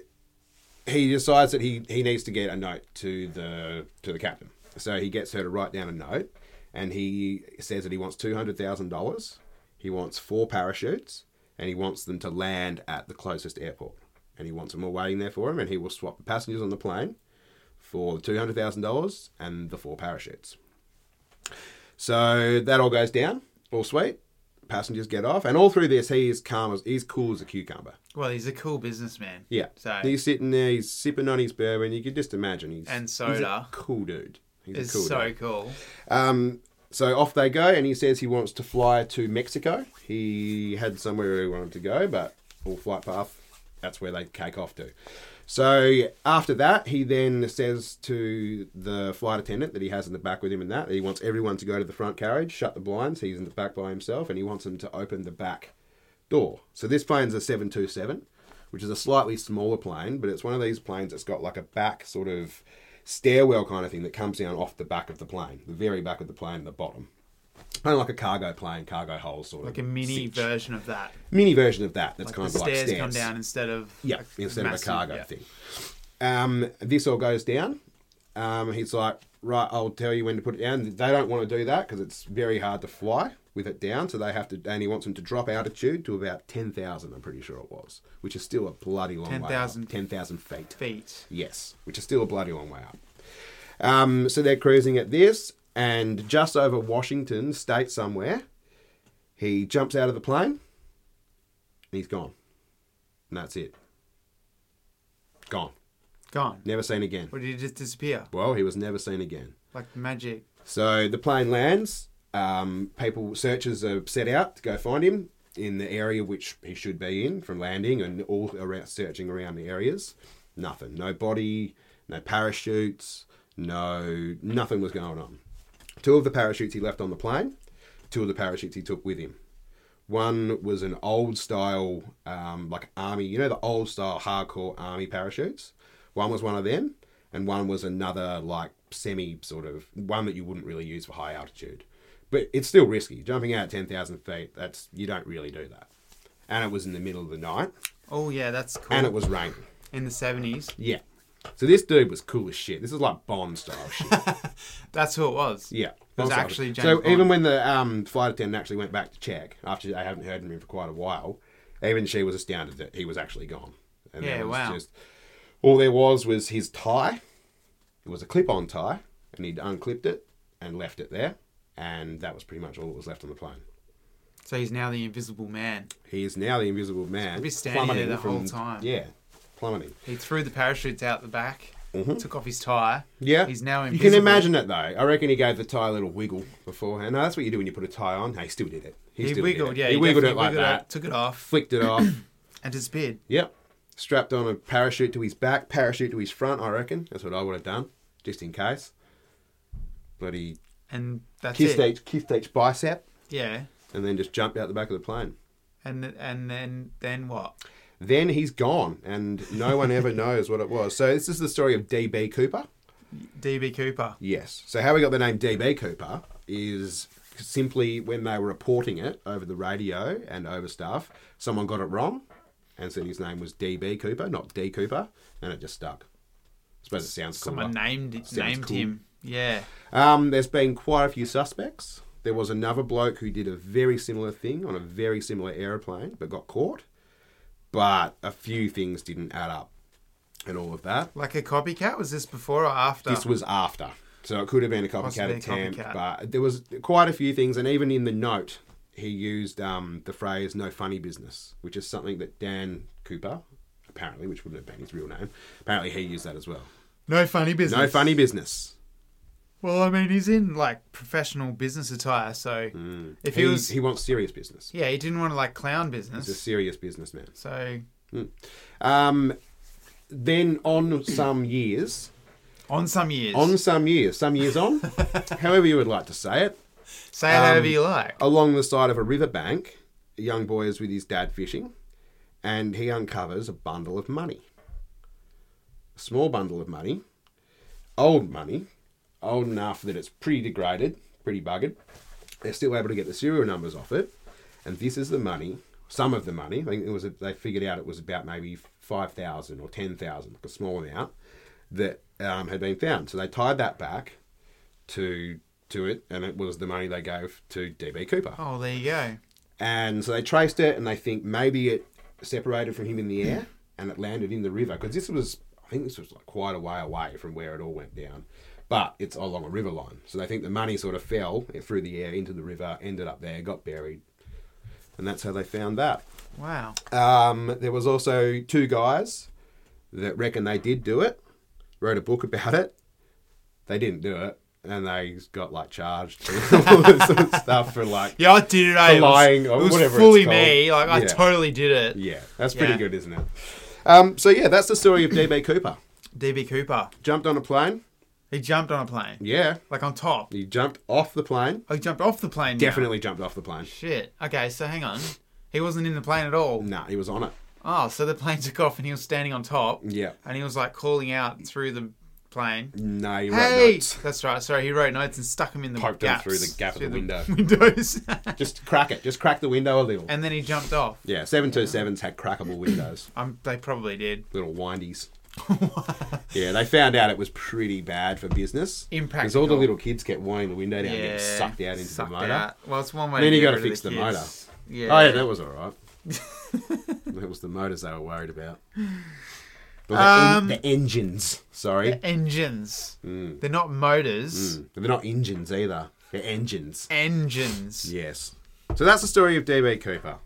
[SPEAKER 2] he decides that he, he needs to get a note to the to the captain. So he gets her to write down a note, and he says that he wants two hundred thousand dollars. He wants four parachutes, and he wants them to land at the closest airport. And he wants them all waiting there for him, and he will swap the passengers on the plane for the two hundred thousand dollars and the four parachutes. So that all goes down, all sweet. Passengers get off, and all through this, he is calm as he's cool as a cucumber.
[SPEAKER 1] Well, he's a cool businessman.
[SPEAKER 2] Yeah.
[SPEAKER 1] So-
[SPEAKER 2] he's sitting there, he's sipping on his bourbon. You could just imagine he's
[SPEAKER 1] And
[SPEAKER 2] he's a
[SPEAKER 1] soda.
[SPEAKER 2] cool dude. He's
[SPEAKER 1] It's
[SPEAKER 2] a cool
[SPEAKER 1] so
[SPEAKER 2] dude.
[SPEAKER 1] cool.
[SPEAKER 2] Um, so off they go, and he says he wants to fly to Mexico. He had somewhere he wanted to go, but all flight path, that's where they cake off to. So after that, he then says to the flight attendant that he has in the back with him, and that he wants everyone to go to the front carriage, shut the blinds. He's in the back by himself, and he wants them to open the back door. So this plane's a 727, which is a slightly smaller plane, but it's one of these planes that's got like a back sort of stairwell kind of thing that comes down off the back of the plane, the very back of the plane, the bottom. Kind of like a cargo plane, cargo hole sort
[SPEAKER 1] Like a
[SPEAKER 2] of
[SPEAKER 1] mini
[SPEAKER 2] sitch.
[SPEAKER 1] version of that.
[SPEAKER 2] mini version of that. That's
[SPEAKER 1] Like
[SPEAKER 2] kind
[SPEAKER 1] the
[SPEAKER 2] of like
[SPEAKER 1] stairs,
[SPEAKER 2] stairs
[SPEAKER 1] come down instead of
[SPEAKER 2] yeah, instead
[SPEAKER 1] massive-
[SPEAKER 2] of a cargo
[SPEAKER 1] yeah.
[SPEAKER 2] thing. Um, this all goes down. Um, he's like, right, I'll tell you when to put it down. They don't want to do that because it's very hard to fly with it down, so they have to. And he wants them to drop altitude to about ten thousand. I'm pretty sure it was, which is still a bloody long way.
[SPEAKER 1] 10,000
[SPEAKER 2] Ten thousand feet.
[SPEAKER 1] Feet.
[SPEAKER 2] Yes, which is still a bloody long way up. Um, so they're cruising at this, and just over Washington State somewhere, he jumps out of the plane, and he's gone. And that's it. Gone.
[SPEAKER 1] Gone.
[SPEAKER 2] Never seen again.
[SPEAKER 1] Or did he just disappear?
[SPEAKER 2] Well, he was never seen again.
[SPEAKER 1] Like magic.
[SPEAKER 2] So the plane lands. Um, people searchers are set out to go find him in the area which he should be in from landing, and all around searching around the areas. Nothing. No body. No parachutes. No nothing was going on. Two of the parachutes he left on the plane. Two of the parachutes he took with him. One was an old style, um, like army, you know, the old style hardcore army parachutes. One was one of them, and one was another, like semi sort of one that you wouldn't really use for high altitude. But it's still risky. Jumping out at 10,000 feet, that's you don't really do that. And it was in the middle of the night,
[SPEAKER 1] Oh yeah, that's cool.
[SPEAKER 2] and it was raining.
[SPEAKER 1] in the seventies.
[SPEAKER 2] Yeah. So this dude was cool as shit. This is like Bond style shit.
[SPEAKER 1] That's who it was.
[SPEAKER 2] Yeah.
[SPEAKER 1] was
[SPEAKER 2] Also,
[SPEAKER 1] actually James
[SPEAKER 2] So
[SPEAKER 1] Bond.
[SPEAKER 2] even when the um, flight attendant actually went back to check after they hadn't heard from him for quite a while, even she was astounded that he was actually gone. And
[SPEAKER 1] Yeah,
[SPEAKER 2] there was
[SPEAKER 1] wow.
[SPEAKER 2] all there was was his tie. It was a clip-on tie, and he'd unclipped it and left it there, and that was pretty much all that was left on the plane.
[SPEAKER 1] So he's now the invisible man.
[SPEAKER 2] He is now the Invisible Man.
[SPEAKER 1] He'd be standing there
[SPEAKER 2] plummeting
[SPEAKER 1] the whole time.
[SPEAKER 2] Yeah, plummeting.
[SPEAKER 1] He threw the parachutes out the back, took off his tie.
[SPEAKER 2] Mm-hmm. Yeah.
[SPEAKER 1] He's now
[SPEAKER 2] You
[SPEAKER 1] invisible.
[SPEAKER 2] can imagine it though. I reckon he gave the tie a little wiggle beforehand. No, that's what you do when you put a tie on. Hey, he still did it.
[SPEAKER 1] He,
[SPEAKER 2] still did
[SPEAKER 1] wiggled,
[SPEAKER 2] it.
[SPEAKER 1] yeah.
[SPEAKER 2] He, wiggled it
[SPEAKER 1] definitely
[SPEAKER 2] like
[SPEAKER 1] wiggled
[SPEAKER 2] that.
[SPEAKER 1] it, took it off,
[SPEAKER 2] flicked it off. [COUGHS]
[SPEAKER 1] and disappeared.
[SPEAKER 2] yep. Strapped on a parachute to his back, parachute to his front, I reckon. That's what I would have done, just in case. Bloody
[SPEAKER 1] And that's
[SPEAKER 2] kissed
[SPEAKER 1] it.
[SPEAKER 2] each, kissed each bicep
[SPEAKER 1] Yeah.
[SPEAKER 2] and then just jumped out the back of the plane.
[SPEAKER 1] And th- and then then what?
[SPEAKER 2] Then he's gone and no one ever [LAUGHS] knows what it was. So this is the story of DB Cooper.
[SPEAKER 1] DB Cooper.
[SPEAKER 2] Yes. So how we got the name DB Cooper is simply when they were reporting it over the radio and over stuff, someone got it wrong and said his name was DB Cooper, not D Cooper, and it just stuck. I suppose it sounds cooler.
[SPEAKER 1] Someone named it,
[SPEAKER 2] Sounds
[SPEAKER 1] named
[SPEAKER 2] cool.
[SPEAKER 1] him. Yeah.
[SPEAKER 2] Um, there's been quite a few suspects. There was another bloke who did a very similar thing on a very similar aeroplane, but got caught. But a few things didn't add up, and all of that.
[SPEAKER 1] Like a copycat? Was this before or after?
[SPEAKER 2] This was after. So it could have been a
[SPEAKER 1] Must have
[SPEAKER 2] copycat
[SPEAKER 1] been a
[SPEAKER 2] attempt,
[SPEAKER 1] copycat.
[SPEAKER 2] but there was quite a few things, and even in the note, he used um, the phrase "no funny business," which is something that Dan Cooper, apparently, which wouldn't have been his real name, apparently he used that as well.
[SPEAKER 1] No funny business.
[SPEAKER 2] No funny business.
[SPEAKER 1] Well, I mean, he's in like professional business attire, so if he,
[SPEAKER 2] He,
[SPEAKER 1] was,
[SPEAKER 2] Mm. he wants serious business.
[SPEAKER 1] yeah, he didn't want to like clown
[SPEAKER 2] He's a
[SPEAKER 1] business.
[SPEAKER 2] serious businessman.
[SPEAKER 1] So
[SPEAKER 2] Um, then on some years,
[SPEAKER 1] on some years,
[SPEAKER 2] on some years, some years on, [LAUGHS] however you would like to say it,
[SPEAKER 1] say it however you like.
[SPEAKER 2] along the side of a riverbank, a young boy is with his dad fishing, and he uncovers a bundle of money. A small bundle of money, old money, old enough that it's pretty degraded, pretty buggered. They're still able to get the serial numbers off it, and this is the money. Some of the money, I think it was. They figured out it was about maybe five thousand or ten thousand, like a small amount that um, had been found. So they tied that back to to it, and it was the money they gave to DB Cooper.
[SPEAKER 1] Oh, there you go.
[SPEAKER 2] And so they traced it, and they think maybe it separated from him in the air, and it landed in the river because this was, I think, this was like quite a way away from where it all went down. But it's along a river line, so they think the money sort of fell through the air into the river, ended up there, got buried, and that's how they found that.
[SPEAKER 1] Wow.
[SPEAKER 2] Um, there was also two guys that reckon they did do it, wrote a book about it. They didn't do it, and they got like charged and [LAUGHS] all this sort of stuff for like
[SPEAKER 1] Yeah, I did it. eh? It was,
[SPEAKER 2] lying or
[SPEAKER 1] it was
[SPEAKER 2] whatever it's
[SPEAKER 1] fully
[SPEAKER 2] called.
[SPEAKER 1] me. Like I
[SPEAKER 2] Yeah.
[SPEAKER 1] totally did it.
[SPEAKER 2] yeah, that's pretty
[SPEAKER 1] Yeah.
[SPEAKER 2] good, isn't it? Um, so yeah, that's the story of DB Cooper.
[SPEAKER 1] DB Cooper.
[SPEAKER 2] Jumped on a plane.
[SPEAKER 1] He jumped on a plane.
[SPEAKER 2] Yeah,
[SPEAKER 1] Like on top.
[SPEAKER 2] he jumped off the plane.
[SPEAKER 1] Oh, he jumped off the plane. now.
[SPEAKER 2] Definitely jumped off the plane.
[SPEAKER 1] Shit. Okay, so hang on. He wasn't in the plane at all.
[SPEAKER 2] Nah, he was on it.
[SPEAKER 1] Oh, so the plane [LAUGHS] took off and he was standing on top.
[SPEAKER 2] Yeah.
[SPEAKER 1] And he was like calling out through the plane.
[SPEAKER 2] No, he wrote
[SPEAKER 1] Hey,
[SPEAKER 2] notes.
[SPEAKER 1] that's right. Sorry, he wrote notes and stuck them in the
[SPEAKER 2] Poked him
[SPEAKER 1] gaps,
[SPEAKER 2] through the gap of the window.
[SPEAKER 1] [LAUGHS] windows,
[SPEAKER 2] Just crack it. Just crack the window a little.
[SPEAKER 1] and then he jumped off.
[SPEAKER 2] Yeah, seven two sevens had crackable windows.
[SPEAKER 1] Um, they probably did. [LAUGHS]
[SPEAKER 2] little windies. yeah, they found out it was pretty bad for business. Because all the
[SPEAKER 1] Impractical.
[SPEAKER 2] little kids kept winding the window down and
[SPEAKER 1] Yeah,
[SPEAKER 2] getting sucked out into
[SPEAKER 1] sucked
[SPEAKER 2] the motor.
[SPEAKER 1] out. Well, it's one way.
[SPEAKER 2] Then
[SPEAKER 1] to
[SPEAKER 2] you
[SPEAKER 1] get
[SPEAKER 2] gotta
[SPEAKER 1] rid of
[SPEAKER 2] fix the
[SPEAKER 1] kids. Yeah.
[SPEAKER 2] Oh, yeah, that was all right. [LAUGHS] it was the motors they were worried about. Or the, en-
[SPEAKER 1] Um,
[SPEAKER 2] the engines, sorry.
[SPEAKER 1] Engines.
[SPEAKER 2] Hmm.
[SPEAKER 1] They're not motors.
[SPEAKER 2] Mm, They're not engines either. They're engines.
[SPEAKER 1] Engines.
[SPEAKER 2] Yes. So that's the story of DB Cooper.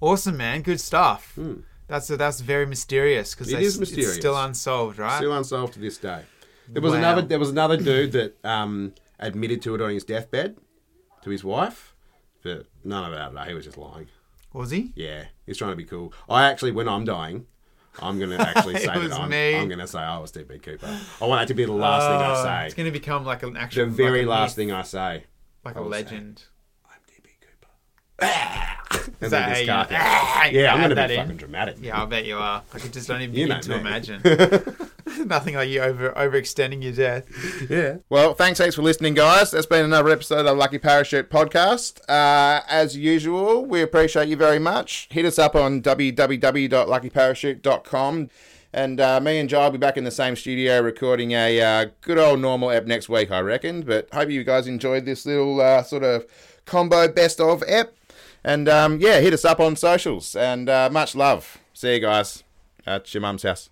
[SPEAKER 1] Awesome, man. Good stuff. That's that's very mysterious because
[SPEAKER 2] Hmm. It is mysterious.
[SPEAKER 1] It's still unsolved, right?
[SPEAKER 2] Still unsolved to this day. There was
[SPEAKER 1] Uh, Wow.
[SPEAKER 2] another. There was another dude that um, admitted to it on his deathbed to his wife, but none of that. He was just lying.
[SPEAKER 1] was he?
[SPEAKER 2] Yeah, he's trying to be cool. I actually, when I'm dying, I'm
[SPEAKER 1] [LAUGHS]
[SPEAKER 2] gonna actually say
[SPEAKER 1] was
[SPEAKER 2] that I'm,
[SPEAKER 1] me.
[SPEAKER 2] I'm gonna say I was DB Cooper. I want that to be the last thing
[SPEAKER 1] Oh,
[SPEAKER 2] I
[SPEAKER 1] It's
[SPEAKER 2] say.
[SPEAKER 1] going to become like an actual,
[SPEAKER 2] The very
[SPEAKER 1] like a
[SPEAKER 2] last
[SPEAKER 1] myth,
[SPEAKER 2] thing I say.
[SPEAKER 1] like a
[SPEAKER 2] I will say.
[SPEAKER 1] legend.
[SPEAKER 2] I'm DB Cooper. Ah!
[SPEAKER 1] [LAUGHS]
[SPEAKER 2] and
[SPEAKER 1] that
[SPEAKER 2] then
[SPEAKER 1] how you-
[SPEAKER 2] discard it.
[SPEAKER 1] Ah, you
[SPEAKER 2] Yeah, I'm
[SPEAKER 1] [LAUGHS] add
[SPEAKER 2] gonna
[SPEAKER 1] that
[SPEAKER 2] be
[SPEAKER 1] in?
[SPEAKER 2] fucking dramatic.
[SPEAKER 1] Yeah, I bet you are. I could just don't even
[SPEAKER 2] You
[SPEAKER 1] begin
[SPEAKER 2] know
[SPEAKER 1] to
[SPEAKER 2] me.
[SPEAKER 1] imagine.
[SPEAKER 2] [LAUGHS]
[SPEAKER 1] [LAUGHS] Nothing like you over overextending your death.
[SPEAKER 6] Yeah. Well, thanks heaps for listening, guys. That's been another episode of Lucky Parachute Podcast. Uh, as usual, we appreciate you very much. Hit us up on www.luckyparachute.com. And uh, me and Jai will be back in the same studio recording a uh, good old normal ep next week, I reckon. But hope you guys enjoyed this little uh, sort of combo best of ep. And um, yeah, hit us up on socials. And uh, much love. See you guys at your mum's house.